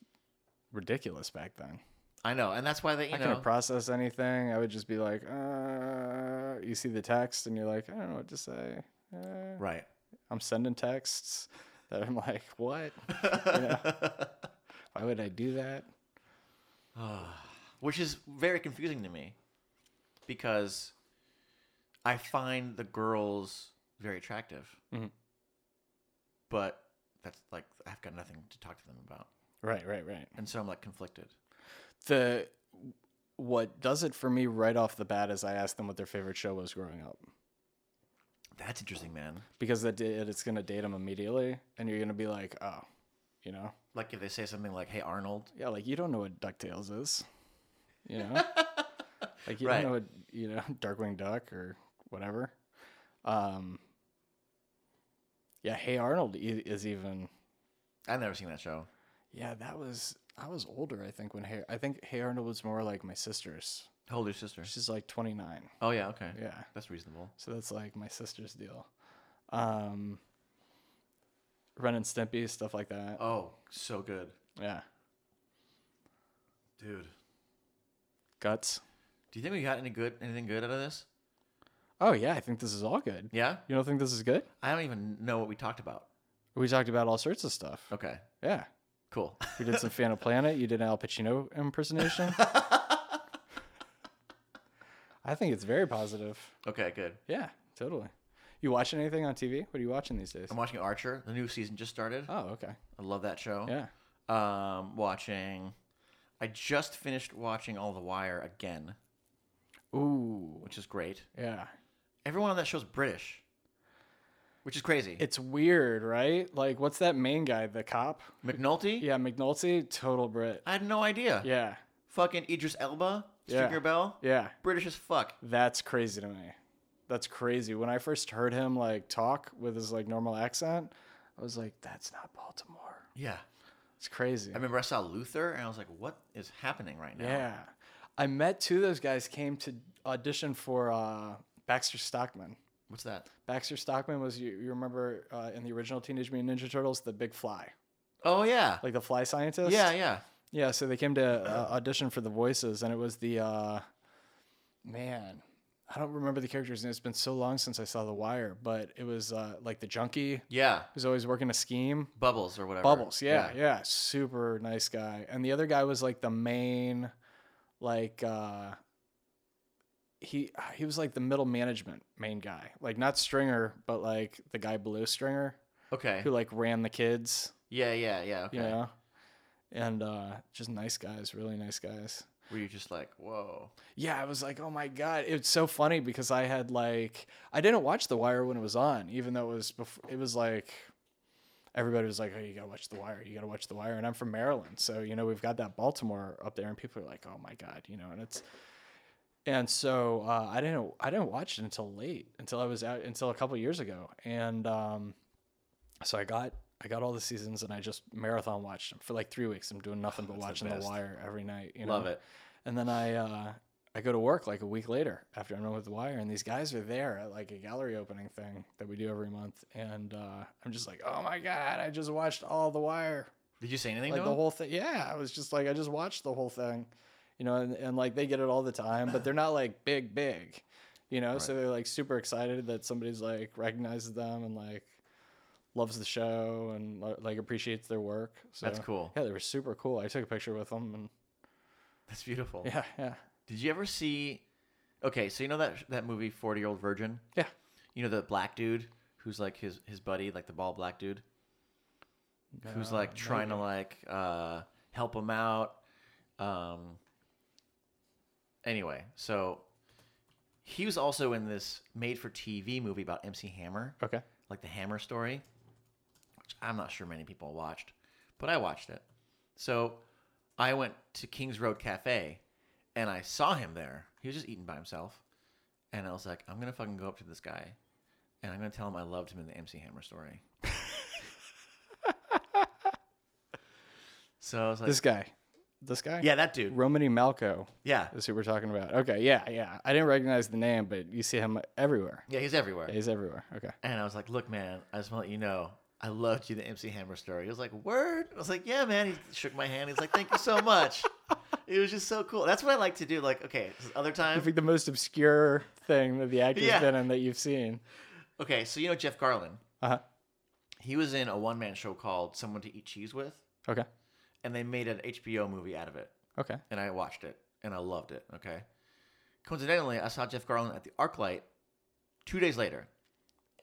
Speaker 1: ridiculous back then.
Speaker 2: I know, and that's why they you
Speaker 1: I
Speaker 2: know
Speaker 1: couldn't process anything. I would just be like, uh, you see the text and you're like, I don't know what to say. Uh,
Speaker 2: right.
Speaker 1: I'm sending texts that I'm like, what? You know? Why would I do that?
Speaker 2: which is very confusing to me because I find the girls very attractive,
Speaker 1: Mhm.
Speaker 2: but that's like I've got nothing to talk to them about,
Speaker 1: Right, right, right.
Speaker 2: and so I'm like conflicted.
Speaker 1: The what does it for me right off the bat is I asked them what their favorite show was growing up
Speaker 2: That's interesting, man.
Speaker 1: because that did, it's gonna date them immediately, and you're gonna be like, oh, you know,
Speaker 2: Like if they say something like, "Hey Arnold,"
Speaker 1: yeah, like you don't know what Ducktales is, you know, like you
Speaker 2: Right.
Speaker 1: don't know what you know Darkwing Duck or whatever. Um, yeah, Hey Arnold e- is even.
Speaker 2: I've never seen that show.
Speaker 1: Yeah, that was I was older. I think when Hey I think Hey Arnold was more like my sister's.
Speaker 2: How old is your sister?
Speaker 1: She's like twenty nine.
Speaker 2: Oh yeah, okay,
Speaker 1: Yeah,
Speaker 2: that's reasonable.
Speaker 1: so that's like my sister's deal. Um, Ren and Stimpy stuff like that.
Speaker 2: Oh, so good,
Speaker 1: Yeah,
Speaker 2: dude.
Speaker 1: guts.
Speaker 2: Do you think we got any good, anything good out of this?
Speaker 1: Oh yeah, I think this is all good.
Speaker 2: Yeah,
Speaker 1: You don't think this is good?
Speaker 2: I don't even know what we talked about.
Speaker 1: We talked about all sorts of stuff.
Speaker 2: Okay,
Speaker 1: Yeah.
Speaker 2: cool.
Speaker 1: We did some Fan of Planet. You did an Al Pacino impersonation. I think it's very positive.
Speaker 2: okay, good.
Speaker 1: Yeah, totally. You watching anything on TV? What are you watching these days?
Speaker 2: I'm watching Archer. The new season just started.
Speaker 1: Oh, okay.
Speaker 2: I love that show.
Speaker 1: Yeah.
Speaker 2: Um, watching. I just finished watching All the Wire again,
Speaker 1: Ooh.
Speaker 2: which is great.
Speaker 1: Yeah.
Speaker 2: Everyone on that show's British, which is crazy.
Speaker 1: It's weird, right? Like, what's that main guy? The cop?
Speaker 2: McNulty?
Speaker 1: Yeah, McNulty, total Brit.
Speaker 2: I had no idea.
Speaker 1: Yeah.
Speaker 2: Fucking Idris Elba,
Speaker 1: Yeah.
Speaker 2: Stringer Bell,
Speaker 1: Yeah.
Speaker 2: British as fuck.
Speaker 1: That's crazy to me. That's crazy. When I first heard him like talk with his like normal accent, I was like, that's not Baltimore.
Speaker 2: Yeah.
Speaker 1: It's crazy.
Speaker 2: I remember I saw Luther and I was like, what is happening right now?
Speaker 1: yeah. I met two of those guys came to audition for uh, Baxter Stockman.
Speaker 2: What's that?
Speaker 1: Baxter Stockman was you, you remember uh, in the original Teenage Mutant Ninja Turtles the big fly,
Speaker 2: Oh, yeah.
Speaker 1: like the fly scientist.
Speaker 2: yeah, yeah.
Speaker 1: yeah. So they came to uh, audition for the voices, and it was the uh, man. I don't remember the character's name. It's been so long since I saw The Wire, but it was uh, like the junkie
Speaker 2: Yeah.
Speaker 1: who's always working a scheme.
Speaker 2: Bubbles or whatever.
Speaker 1: Bubbles, yeah, yeah, super nice guy. And the other guy was like the main, like uh, he uh, he was like the middle management main guy, like not Stringer, but like the guy below Stringer
Speaker 2: Okay.
Speaker 1: who like ran the kids,
Speaker 2: Yeah, yeah, yeah. Eh. Okay.
Speaker 1: you know, and uh, just nice guys, really nice guys.
Speaker 2: Were you just like, whoa?
Speaker 1: Yeah, I was like, oh my god, it's so funny because I had like I didn't watch The Wire when it was on, even though it was before. It was like everybody was like, oh, you gotta watch The Wire, you gotta watch The Wire, and I'm from Maryland, so you know we've got that Baltimore up there, and people are like, oh my god, you know, and it's and so uh, I didn't I didn't watch it until late, until I was out until a couple years ago, and um, so I got. I got all the seasons and I just marathon watched them for like three weeks. I'm doing nothing but
Speaker 2: That's the
Speaker 1: watching the,
Speaker 2: best.
Speaker 1: Wire every night. You know?
Speaker 2: Love it.
Speaker 1: And then I uh, I go to work like a week later after I'm done with the wire, and these guys are there at like a gallery opening thing that we do every month, and uh, I'm just like, oh my god, I just watched all the wire,
Speaker 2: Did you say anything
Speaker 1: like
Speaker 2: to
Speaker 1: the
Speaker 2: him?
Speaker 1: whole thing. Yeah, I was just like, I just watched the whole thing, you know, and, and like they get it all the time, but they're not like big big, you know, so they're like super excited that somebody's like recognizes them and like loves the show and li- like appreciates their work. So
Speaker 2: That's cool.
Speaker 1: Yeah, they were super cool. I took a picture with them, and
Speaker 2: That's beautiful.
Speaker 1: yeah, yeah,
Speaker 2: Did you ever see? Okay, so you know that that movie Forty Year Old Virgin.
Speaker 1: yeah.
Speaker 2: You know the black dude who's like his his buddy, like the bald black dude, who's like trying to like uh, help him out. Um. Anyway, so he was also in this made-for-TV movie about MC Hammer,
Speaker 1: Okay.
Speaker 2: like the Hammer story, which I'm not sure many people watched, but I watched it. So I went to Kings Road Cafe and I saw him there. He was just eating by himself. And I was like, I'm going to fucking go up to this guy and I'm going to tell him I loved him in the MC Hammer story. so I was like,
Speaker 1: This guy. This guy?
Speaker 2: yeah, that dude.
Speaker 1: Romany Malco
Speaker 2: Yeah.
Speaker 1: is who we're talking about. Okay, yeah, yeah. I didn't recognize the name, but you see him everywhere.
Speaker 2: Yeah, he's everywhere.
Speaker 1: He's everywhere. Okay.
Speaker 2: And I was like, look, man, I just want to let you know, I loved you, the MC Hammer story. He was like, word. I was like, yeah, man. He shook my hand. He's like, thank you so much. it was just so cool. That's what I like to do. Like, okay, this other
Speaker 1: I
Speaker 2: time.
Speaker 1: think the most obscure thing that the actor's
Speaker 2: Yeah.
Speaker 1: been in that you've seen.
Speaker 2: Okay, so you know Jeff Garland.
Speaker 1: Uh-huh.
Speaker 2: He was in a one man show called Someone to Eat Cheese With,
Speaker 1: Okay.
Speaker 2: and they made an HBO movie out of it.
Speaker 1: Okay.
Speaker 2: And I watched it, and I loved it. Okay. Coincidentally, I saw Jeff Garland at the ArcLight two days later.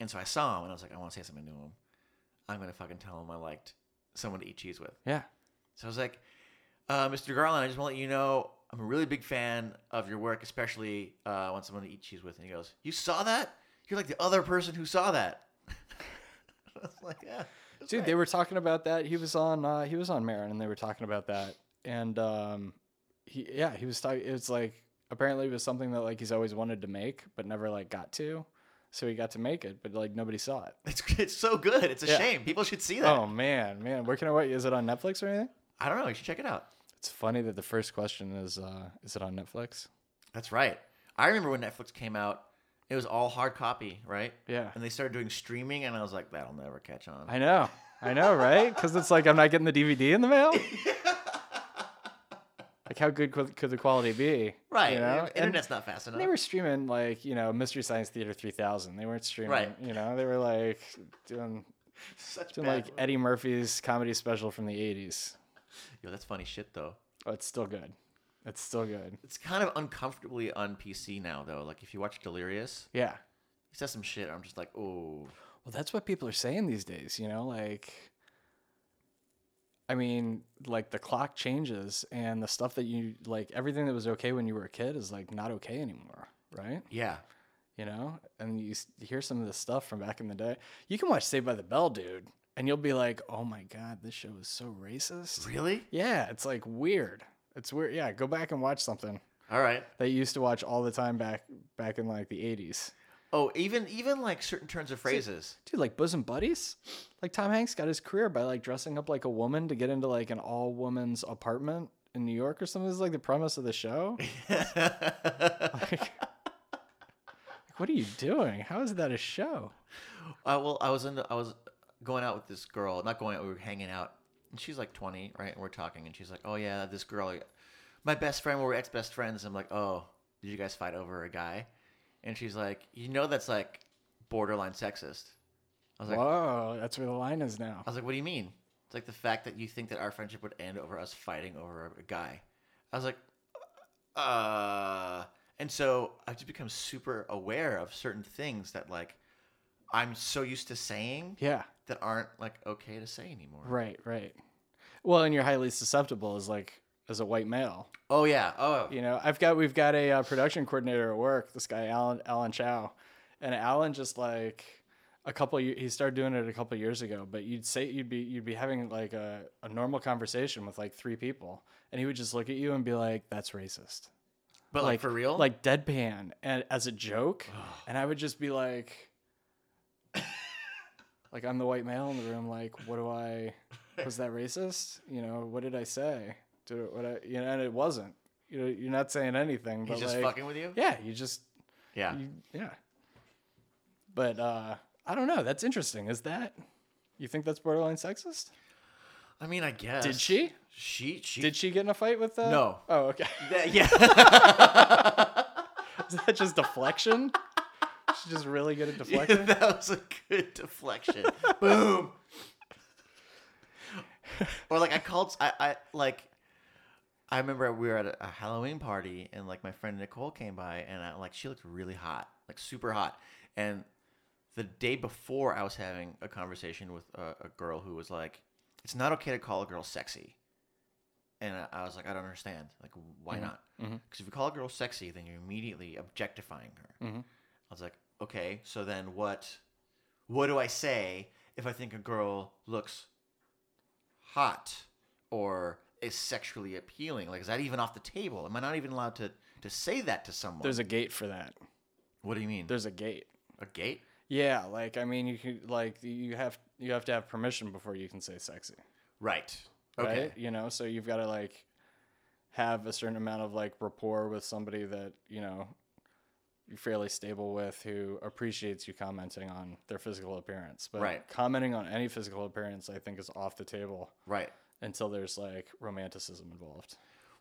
Speaker 2: And so I saw him, and I was like, I want to say something to him. I'm going to fucking tell him I liked Someone to Eat Cheese With.
Speaker 1: Yeah.
Speaker 2: So I was like, uh, Mr. Garland, I just want to let you know I'm a really big fan of your work, especially uh, I want someone to eat cheese with. And he goes, You saw that? You're like the other person who saw that. I was like, Yeah. that's
Speaker 1: Dude,
Speaker 2: right."
Speaker 1: they were talking about that. He was on uh he was on Marin and they were talking about that. And um he yeah, he was talking it's like apparently it was something that like he's always wanted to make but never like got to. So he got to make it, but like nobody saw it.
Speaker 2: it's, it's so good. It's a
Speaker 1: Yeah.
Speaker 2: shame. People should see that.
Speaker 1: Oh man, man. Where can I wait? Is it on Netflix or anything?
Speaker 2: I don't know. You should check it out.
Speaker 1: It's funny that the first question is, uh, is it on Netflix?
Speaker 2: That's right. I remember when Netflix came out, it was all hard copy, right?
Speaker 1: Yeah.
Speaker 2: And they started doing streaming, and I was like, That'll never catch on.
Speaker 1: I know. I know, right? Because it's like, I'm not getting the DVD in the mail. like, how good could, could the quality be?
Speaker 2: right.
Speaker 1: You know?
Speaker 2: the
Speaker 1: And
Speaker 2: Internet's not fast enough.
Speaker 1: they were streaming, like, you know, Mystery Science Theater 3000. They weren't streaming,
Speaker 2: Right.
Speaker 1: you know, they were like doing
Speaker 2: Such
Speaker 1: to
Speaker 2: bad.
Speaker 1: like Eddie Murphy's comedy special from the 80s.
Speaker 2: Yo, that's funny shit though.
Speaker 1: Oh, it's still good. It's still good.
Speaker 2: It's kind of uncomfortably on PC now though. Like if you watch Delirious,
Speaker 1: Yeah.
Speaker 2: he says some shit. I'm just like, oh,
Speaker 1: Well, that's what people are saying these days, you know, like I mean, like the clock changes and the stuff that you like everything that was okay when you were a kid is like not okay anymore, right?
Speaker 2: yeah.
Speaker 1: You know? And you s- hear some of the stuff from back in the day. You can watch Saved by the Bell, dude, and you'll be like, "Oh my god, this show is so racist."
Speaker 2: Really?
Speaker 1: Yeah, it's like weird. It's weird. Yeah, go back and watch something.
Speaker 2: All right.
Speaker 1: that you used to watch all the time back back in like the 80s.
Speaker 2: Oh, even even like certain turns of phrases.
Speaker 1: Dude, like bosom buddies? Like Tom Hanks got his career by like dressing up like a woman to get into like an all woman's apartment in New York or something. This is like the premise of the show.
Speaker 2: uh,
Speaker 1: Like, like, what are you doing? How is that a show?
Speaker 2: Uh, well, I was in the, I was going out with this girl. Not going out. We were hanging out, and she's like 20, right? And we're talking, and she's like, "Oh yeah, this girl, like, my best friend. We're ex best friends." I'm like, "Oh, did you guys fight over a guy?" And she's like, "You know that's like borderline sexist." I was like,
Speaker 1: Whoa, that's where the line is now.
Speaker 2: I was like, what do you mean? It's like the fact that you think that our friendship would end over us fighting over a guy. I was like, uh. And so I've just become super aware of certain things that, like, I'm so used to saying
Speaker 1: Yeah,
Speaker 2: that aren't, like, okay to say anymore.
Speaker 1: right, right. Well, and you're highly susceptible as like as a white male.
Speaker 2: Oh, yeah. Oh,
Speaker 1: you know i've got we've got a uh, production coordinator at work this guy alan alan chow and alan just like a couple ye- he started doing it a couple years ago but you'd say you'd be you'd be having like a, a normal conversation with like three people and he would just look at you and be like that's racist
Speaker 2: but, like, for real?
Speaker 1: like deadpan and as a joke and i would just be like like i'm the white male in the room like what do i was that racist you know what did i say did it, what i you know and it wasn't you know you're not saying anything but
Speaker 2: he's just
Speaker 1: like
Speaker 2: fucking with you?
Speaker 1: yeah you just
Speaker 2: Yeah.
Speaker 1: you, yeah but uh i don't know that's interesting is that you think that's borderline sexist
Speaker 2: I mean, I guess.
Speaker 1: did she
Speaker 2: She, she.
Speaker 1: did she get in a fight with uh
Speaker 2: No.
Speaker 1: oh okay
Speaker 2: That, yeah.
Speaker 1: is that just deflection she's just really good at deflecting
Speaker 2: that was a good deflection. Boom. or like I called I, I like I remember we were at a, a Halloween party and like my friend Nicole came by and I like she looked really hot, like super hot. And the day before I was having a conversation with a, a girl who was like, "It's not okay to call a girl sexy." And I, I was like, "I don't understand. Like why not?
Speaker 1: mhm.
Speaker 2: Because if you call a girl sexy, then you're immediately objectifying her."
Speaker 1: Mhm.
Speaker 2: I was like, okay, so then what? What do I say if I think a girl looks hot or is sexually appealing? Like, is that even off the table? Am I not even allowed to to say that to someone?
Speaker 1: There's a gate for that.
Speaker 2: what do you mean?
Speaker 1: There's a gate.
Speaker 2: a gate?
Speaker 1: Yeah, like I mean, you can like you have you have to have permission before you can say sexy,
Speaker 2: Right.
Speaker 1: right?
Speaker 2: Okay.
Speaker 1: You know, so you've got to like have a certain amount of like rapport with somebody that you know you're fairly stable with who appreciates you commenting on their physical appearance. But
Speaker 2: Right.
Speaker 1: commenting on any physical appearance, I think, is off the table
Speaker 2: Right.
Speaker 1: until there's like romanticism involved.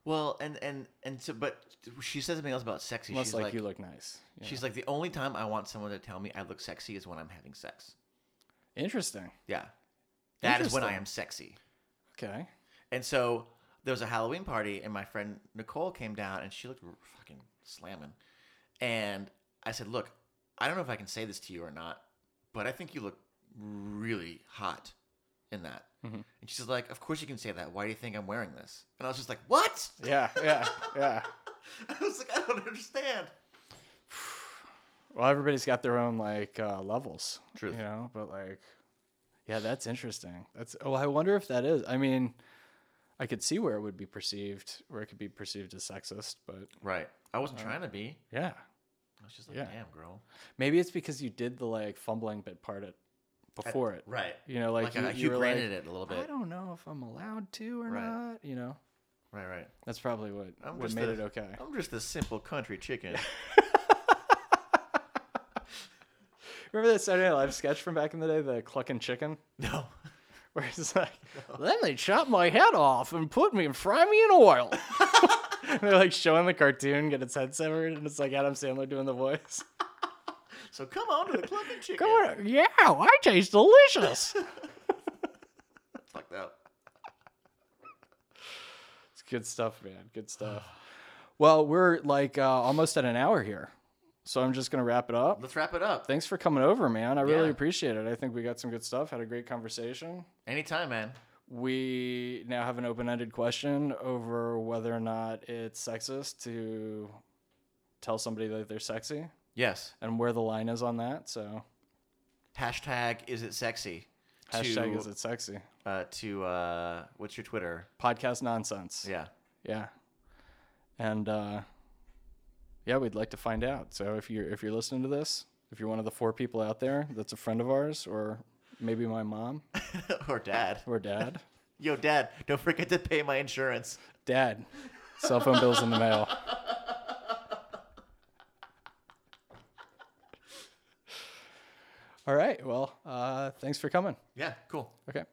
Speaker 2: Well, and and and so, but she said something else about sexy.
Speaker 1: Unless
Speaker 2: she's
Speaker 1: like,
Speaker 2: like,
Speaker 1: you look nice. Yeah.
Speaker 2: she's like the only time I want someone to tell me I look sexy is when I'm having sex.
Speaker 1: Interesting.
Speaker 2: Yeah. That is when I
Speaker 1: Interesting.
Speaker 2: am sexy.
Speaker 1: Okay.
Speaker 2: And so there was a Halloween party, and my friend Nicole came down, and she looked r- fucking slamming. And I said, "Look, I don't know if I can say this to you or not, but I think you look really hot in that."
Speaker 1: Mhm.
Speaker 2: And she's like, "Of course you can say that. Why do you think I'm wearing this?" And I was just like, "What?"
Speaker 1: Yeah. Yeah. yeah.
Speaker 2: I was like, "I don't understand."
Speaker 1: Well, everybody's got their own like uh, levels,
Speaker 2: Truth.
Speaker 1: you know. But like, yeah, that's interesting. That's oh, I wonder if that is. I mean, I could see where it would be perceived, where it could be perceived as sexist. But
Speaker 2: Right. I wasn't trying to be.
Speaker 1: yeah,
Speaker 2: I was just like,
Speaker 1: Yeah.
Speaker 2: "Damn, girl."
Speaker 1: maybe it's because you did the like fumbling bit part it before it,
Speaker 2: Right.
Speaker 1: you know, like,
Speaker 2: Like,
Speaker 1: you,
Speaker 2: I,
Speaker 1: you
Speaker 2: Hugh
Speaker 1: were
Speaker 2: granted
Speaker 1: like,
Speaker 2: it a little
Speaker 1: I
Speaker 2: bit.
Speaker 1: don't know if I'm allowed to or
Speaker 2: Right.
Speaker 1: not. You know,
Speaker 2: Right. Right.
Speaker 1: that's probably what
Speaker 2: I'm
Speaker 1: what
Speaker 2: just
Speaker 1: made
Speaker 2: a- Oh.
Speaker 1: it okay.
Speaker 2: I'm just a simple country chicken.
Speaker 1: Remember that Saturday Night Live sketch from back in the day, the clucking chicken.
Speaker 2: no.
Speaker 1: Where it's like, then they chop my head off and put me and fry me in oil. And They're like showing the cartoon, get its head severed, and it's like Adam Sandler doing the voice.
Speaker 2: So come on to the club and chicken.
Speaker 1: yeah, I taste delicious.
Speaker 2: Fuck that.
Speaker 1: it's good stuff, man. Good stuff. Well, we're like uh, almost at an hour here, so I'm just gonna wrap it up.
Speaker 2: Let's wrap it up.
Speaker 1: Thanks for coming over, man. I really
Speaker 2: Yeah.
Speaker 1: appreciate it. I think we got some good stuff. Had a great conversation.
Speaker 2: Anytime, man.
Speaker 1: We now have an open-ended question over whether or not it's sexist to tell somebody that they're sexy
Speaker 2: Yes.
Speaker 1: and where the line is on that. So
Speaker 2: Hashtag is it sexy?
Speaker 1: hashtag
Speaker 2: to,
Speaker 1: is it sexy?
Speaker 2: Uh, to uh, what's your Twitter?
Speaker 1: Podcast nonsense.
Speaker 2: Yeah.
Speaker 1: Yeah. And uh yeah, we'd like to find out. So if you're if you're listening to this, if you're one of the four people out there that's a friend of ours or maybe my mom
Speaker 2: or dad.
Speaker 1: or dad.
Speaker 2: Yo, dad, don't forget to pay my insurance.
Speaker 1: Dad. Cell phone bills in the mail. All right. Well, uh thanks for coming.
Speaker 2: Yeah, cool.
Speaker 1: Okay.